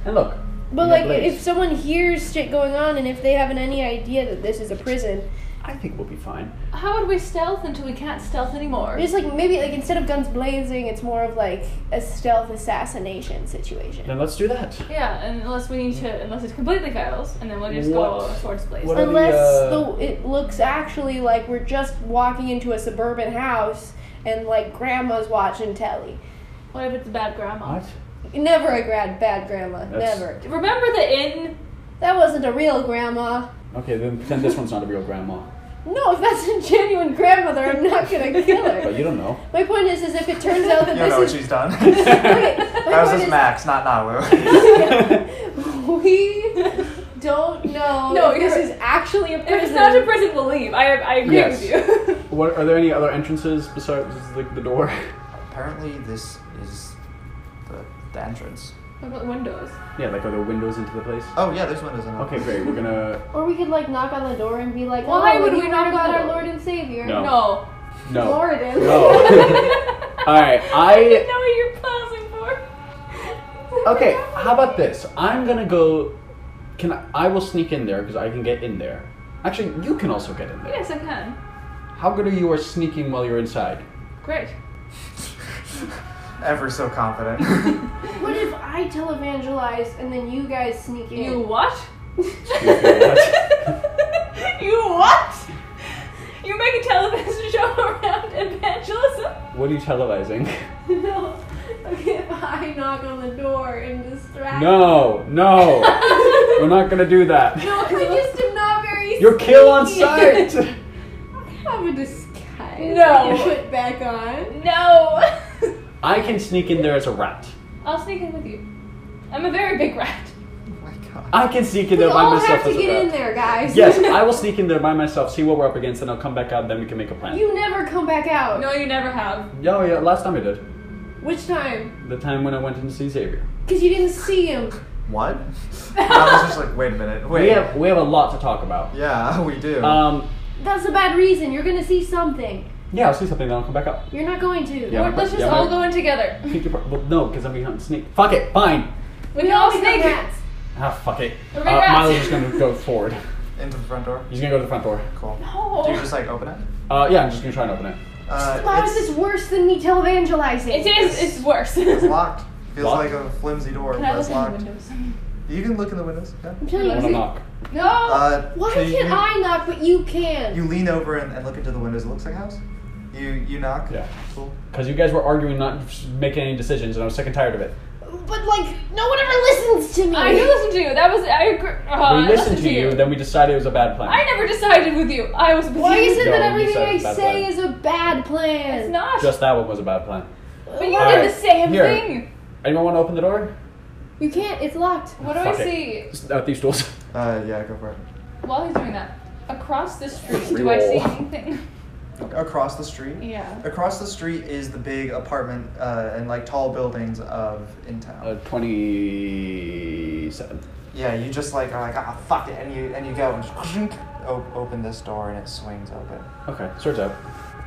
B: And look,
C: But
B: Yeah,
C: like,
B: blaze.
C: if someone hears shit going on and if they haven't any idea that this is a prison,
B: I think we'll be fine.
D: How would we stealth until we can't stealth anymore?
C: it's like maybe like instead of guns blazing, it's more of like a stealth assassination situation.
B: Then let's do that.
D: Yeah, unless we need to, unless it completely fails, and then we'll just go
B: What-
D: swords blaze.
B: what- are the,
C: Unless
B: uh,
C: the it looks actually like we're just walking into a suburban house and like grandma's watching telly.
D: What if it's a bad grandma?
B: What?
C: Never a grad bad grandma.
B: That's-
C: Never.
D: Remember the inn?
C: That wasn't a real grandma.
B: Okay, then pretend this one's not a real grandma.
C: No, if that's a genuine grandmother, I'm not gonna kill
B: But
C: her.
B: you don't know.
C: My point is, is if it turns out that
A: You don't know what
C: this is
A: she's done.
C: Wait,
A: that
C: my
A: was
C: point
A: just
C: is
A: Max, not Nawu.
C: we don't know.
D: No,
C: if this
D: you're-
C: is actually a prison.
D: If it's not a prison, we'll leave. I, I agree
B: Yes.
D: with you.
B: What are there any other entrances besides like the door?
A: Apparently, this is the, the entrance.
D: what about windows?
B: Yeah, like are there windows into the place?
A: Oh yeah, there's windows in it.
B: Okay, great. We're gonna
C: or we could like knock on the door and be like,
D: Why
C: "Oh,
D: would
C: you
D: we
C: heard
D: knock on
C: about
D: the
C: our
D: door?"
C: Lord and Savior?"
B: No.
D: No.
B: no.
C: Florida.
B: No. All right,
D: I didn't
B: I
D: know what you're pausing for.
B: okay. How about this? I'm gonna go. Can I, I will sneak in there because I can get in there. Actually, you can also get in there.
D: Yes, I can.
B: How good are you at sneaking while you're inside?
D: Great.
A: Ever so confident. Oh
C: What if I televangelize and then you guys sneak in?
D: You what?
B: what?
D: you what? You make a television show around evangelism?
B: What are you televising?
C: no. Okay, if I knock on the door and distract.
B: No, no, we're not gonna do that.
C: No, I just am not very.
B: You're kill on
C: sneaky.
B: sight.
E: have a disguise.
D: No.
E: to Put back on.
D: no.
B: I can sneak in there as a rat.
D: I'll sneak in with you. I'm a very big rat.
A: oh my god.
B: I can sneak in
C: We
B: there by
C: all
B: myself
C: have to
B: as a
C: get
B: rat.
C: in there, guys.
B: Yes, I will sneak in there by myself, see what we're up against, and I'll come back out. Then we can make a plan.
C: You never come back out.
D: No, you never have.
B: Yeah, yeah. Last time I did,
C: Which time?
B: the time when I went in to see Xavier.
C: Because you didn't see him.
A: What? I was just like, wait a minute. Wait.
B: We have we have a lot to talk about.
A: Yeah, we do.
B: Um,
C: That's a bad reason. You're gonna see something.
B: yeah, I'll see something, then I'll come back out.
C: You're not going to.
B: Yeah,
D: Or let's
B: but-
D: just
B: yeah,
D: all
B: but-
D: go in together.
B: Sneak your part- Well, no, because I'm behind sneak. Fuck it, fine.
D: We can all
C: become
D: sneak.
C: rats.
B: Ah, fuck it.
D: We're
B: Uh,
D: big rats.
B: Milo's just gonna go forward.
A: Into the front door.
B: He's gonna go to the front door.
A: Cool.
D: No.
A: Do you just like open it?
B: Uh, yeah, I'm just gonna try and open it.
A: Uh,
C: Why is
A: it's,
C: this worse than me televangelizing?
D: It is. It's worse.
A: it's locked. Feels like
B: Locked?
A: a flimsy door,
D: Can
A: but
D: I
A: it's
D: look in the
A: locked.
D: windows?
A: You can look in the windows. Yeah.
C: I'm
B: I
C: telling
B: wanna
C: you.
B: knock.
D: No.
A: Uh,
C: Oh, Why
A: so you,
C: can't I knock but you can?
A: You lean over and, and look into the windows. It looks like a house. You you knock.
B: Yeah.
A: Cool.
B: Because you guys were arguing, not making any decisions, and I was sick and tired of it.
C: but like, no one ever listens to me.
D: I do listen to you. That was I agree. Uh, I
B: we listened to you,
D: you.
B: then we decided it was a bad plan.
D: I never decided with you. I was with
C: Why
D: you.
C: is it
B: No,
C: that
B: you
C: everything
B: said
C: I
B: it's a bad
C: say
B: plan.
C: is a bad plan?
D: It's not.
B: Just that one was a bad plan.
D: but you
B: Alright,
D: did the same
B: here.
D: thing.
B: Anyone want to open the door?
C: You can't. It's locked.
D: What do
B: Fuck
D: I
B: it.
D: see
B: Just Out these doors.
A: Uh, yeah, go for it.
D: while he's doing that? Across the street, do I see
B: Reroll.
D: anything?
A: Across the street.
D: Yeah.
A: Across the street is the big apartment uh, and like tall buildings of in town.
B: Uh, Twenty-seven.
A: yeah, you just like are like ah fuck it, and you and you go and op- open this door and it swings open.
B: Okay, swords out.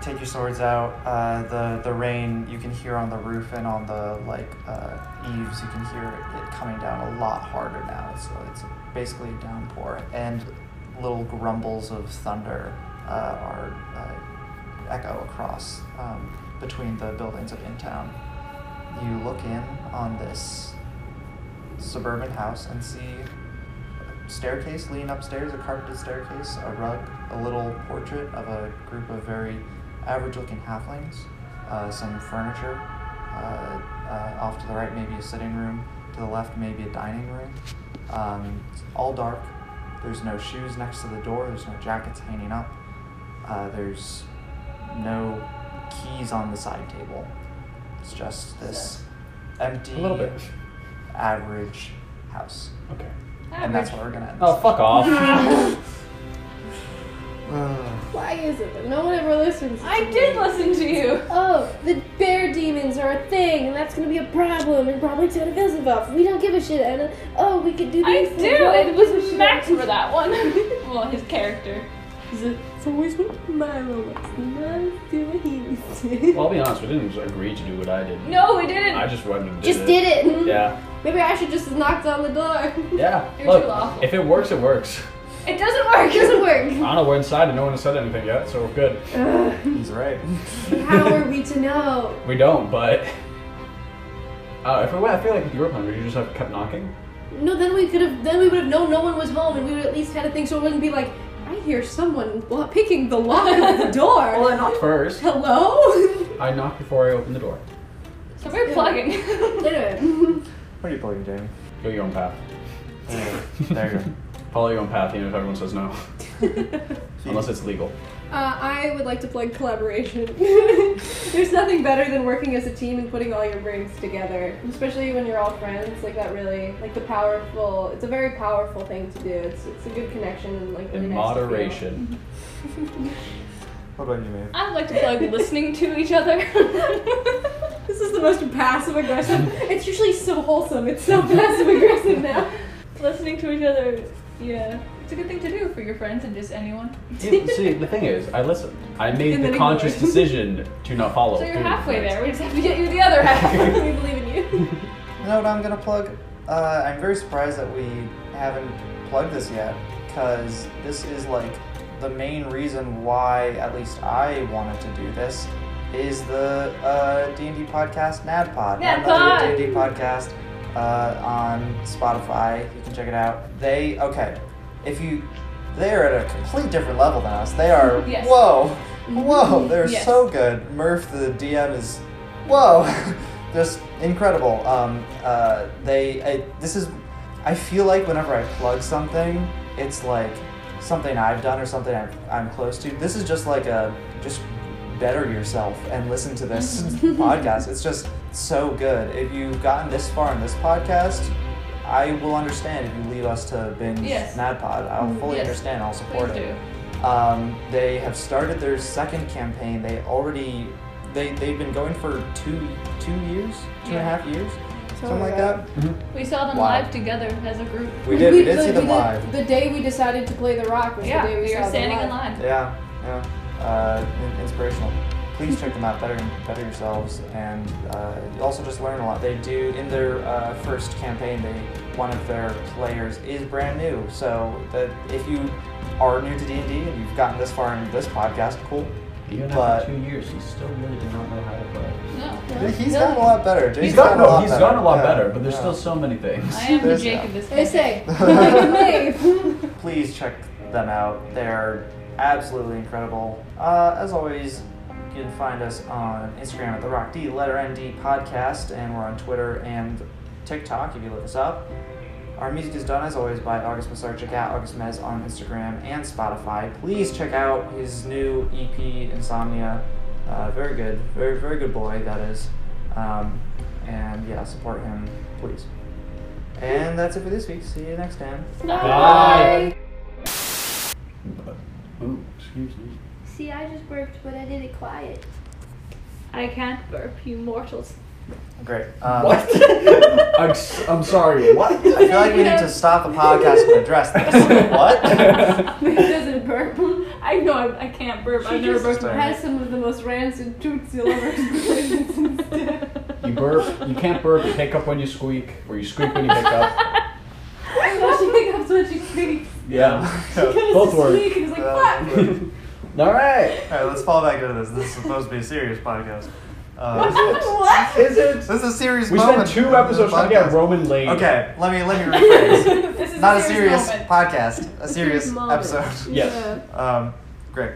A: Take your swords out. Uh, the the rain you can hear on the roof and on the like uh, eaves. You can hear it coming down a lot harder now. So it's basically a downpour and little grumbles of thunder uh, are uh, echo across um, between the buildings of in town. You look in on this suburban house and see staircase leading upstairs, a carpeted staircase, a rug, a little portrait of a group of very average looking halflings, uh, some furniture, Uh, uh, off to the right, maybe a sitting room. To the left, maybe a dining room. Um, it's all dark. There's no shoes next to the door. There's no jackets hanging up. Uh, there's no keys on the side table. It's just this empty,
B: A little bit.
A: average house.
B: Okay.
A: And that's where we're gonna end.
B: Oh, fuck off.
C: Why is it that no one ever listens? to
D: I
C: me?
D: did listen to you.
C: Oh, the bear demons are a thing, and that's gonna be a problem, and Robert's out of Elzebub. We don't give a shit, Anna. Oh, we could do
D: I
C: these.
D: do. It was Max for that one. well, his character.
E: It's always what Milo wants. Milo do what he needs to.
B: well, I'll be honest. We didn't agree to do what I did.
D: No, we didn't.
B: I just went and did
C: Just
B: it.
C: did it.
B: Yeah.
C: Maybe I should just knock on the door.
B: Yeah.
D: You're
B: Look,
D: too awful.
B: if it works, it works.
D: It doesn't work.
C: It doesn't work.
B: I don't know. We're inside and no one has said anything yet, so we're good.
A: He's right.
C: How are we to know?
B: We don't, but. Oh, if it were, I feel like if you were hungry, you just have kept knocking.
C: No, then we could have. Then we would have known no one was home, and we would at least had a thing, so it wouldn't be like I hear someone lo- picking the lock of the
B: Well,
C: door.
B: I knocked first.
C: Hello.
B: I knocked before I opened the door.
D: So we're plugging.
C: anyway,
A: What are you playing, Jamie?
B: Go your own path.
A: There you go.
B: Follow your own path, even if everyone says no. Unless it's legal.
C: uh, I would like to plug collaboration. There's nothing better than working as a team and putting all your brains together, especially when you're all friends. Like that really, like the powerful. It's a very powerful thing to do. It's it's a good connection and like really
B: In
C: nice to feel.
B: moderation.
A: What about you, Maeve?
D: I'd like to plug listening to each other.
C: This is the most passive aggressive. it's usually so wholesome. It's so passive aggressive now.
D: listening to each other. Yeah, it's a good thing to do for your friends and just anyone.
B: You- See, the thing is, I listened. I made
C: And
B: the
C: then
B: conscious
C: ignored.
B: decision to not follow.
D: So you're
B: through with
D: halfway
B: it.
D: there. We just have to get you the other
C: we
D: half.
C: believe in you.
A: You know what I'm gonna plug? Uh, I'm very surprised that we haven't plugged this yet, because this is like the main reason why, at least I wanted to do this, is the uh, D&D podcast NadPod. Another
D: NadPod!
A: D&D podcast uh, on Spotify. You can check it out. They okay. If you, they are at a complete different level than us. They are
D: Yes.
A: whoa, whoa. They're
D: Yes.
A: so good. Murph, the DM, is whoa, just incredible. Um, uh, they, I, this is, I feel like whenever I plug something, it's like something I've done or something I'm, I'm close to. This is just like a, just better yourself and listen to this podcast. It's just so good. If you've gotten this far in this podcast, I will understand if you leave us to binge
D: Yes.
A: NadPod. I'll fully
D: Yes.
A: understand. I'll support
D: Please
A: it.
D: do.
A: Um, they have started their second campaign. They already they they've been going for two two years, two and a
D: Yeah.
A: half years, something like that.
B: Mm-hmm.
D: We saw them
A: Wow.
D: live together as a group.
A: We did. We, did
C: the,
A: see them
C: the-
A: live.
C: The day we decided to play The Rock was
D: Yeah,
C: the day we,
D: we
C: saw
D: were
C: The
D: standing
C: Rock.
D: in line.
A: Yeah, yeah. Uh, in- inspirational. Please check them out. Better, better yourselves, and uh, you also just learn a lot. They do in their uh, first campaign. They one of their players is brand new, so that if you are new to D and D and you've gotten this far in this podcast, cool.
B: Even
A: But-
B: after two years, he still really did not know how to play.
D: No.
A: He's gotten a lot better. Jason's
B: He's gotten, no, he's
A: better.
B: gotten a lot
A: Yeah,
B: better, but there's
A: yeah.
B: still so many things.
D: I am the
A: There's-
D: Jake of this.
C: They
D: place.
C: say, like a wave.
A: please check them out. They're absolutely incredible. Uh, as always, you can find us on Instagram at the Rock D Letter ND Podcast, and we're on Twitter and TikTok if you look us up. Our music is done as always by August Masarchik at August Mez on Instagram and Spotify. Please check out his new EP, Insomnia. Uh, very good, very very good boy that is. Um, and yeah, support him, please. And that's it for this week. See you next time.
B: Bye. Oh, excuse me.
E: See, I just burped, but I did it quiet.
D: I can't burp, you mortals.
A: Great. Um,
B: What? I'm, s- I'm sorry. What?
A: I feel like we need to stop the podcast and address this. what?
C: it doesn't burp.
D: I know I, I can't burp. I've never burped.
A: Sorry.
C: Has some of the most rancid toots you'll ever experience instead.
B: You burp. You can't burp. You pick up when you squeak, or you squeak when you pick up.
C: she picks up when she squeaks.
B: Yeah.
C: Goes
B: Both
C: to
B: work.
C: squeak and is like, fuck!
A: All
B: All right.
A: right, let's fall back into this. This is supposed to be a serious podcast. Uh,
C: what?
B: Is it?
A: this is a serious
B: We spent
A: moment. in
B: two
A: the
B: episodes trying to get
A: podcast.
B: Roman late.
A: Okay, let me let me rephrase.
D: this is
A: Not a
D: serious
A: serious
D: moment.
A: podcast, a serious
C: moment.
A: episode.
B: Yes.
C: Yeah.
A: Um, great.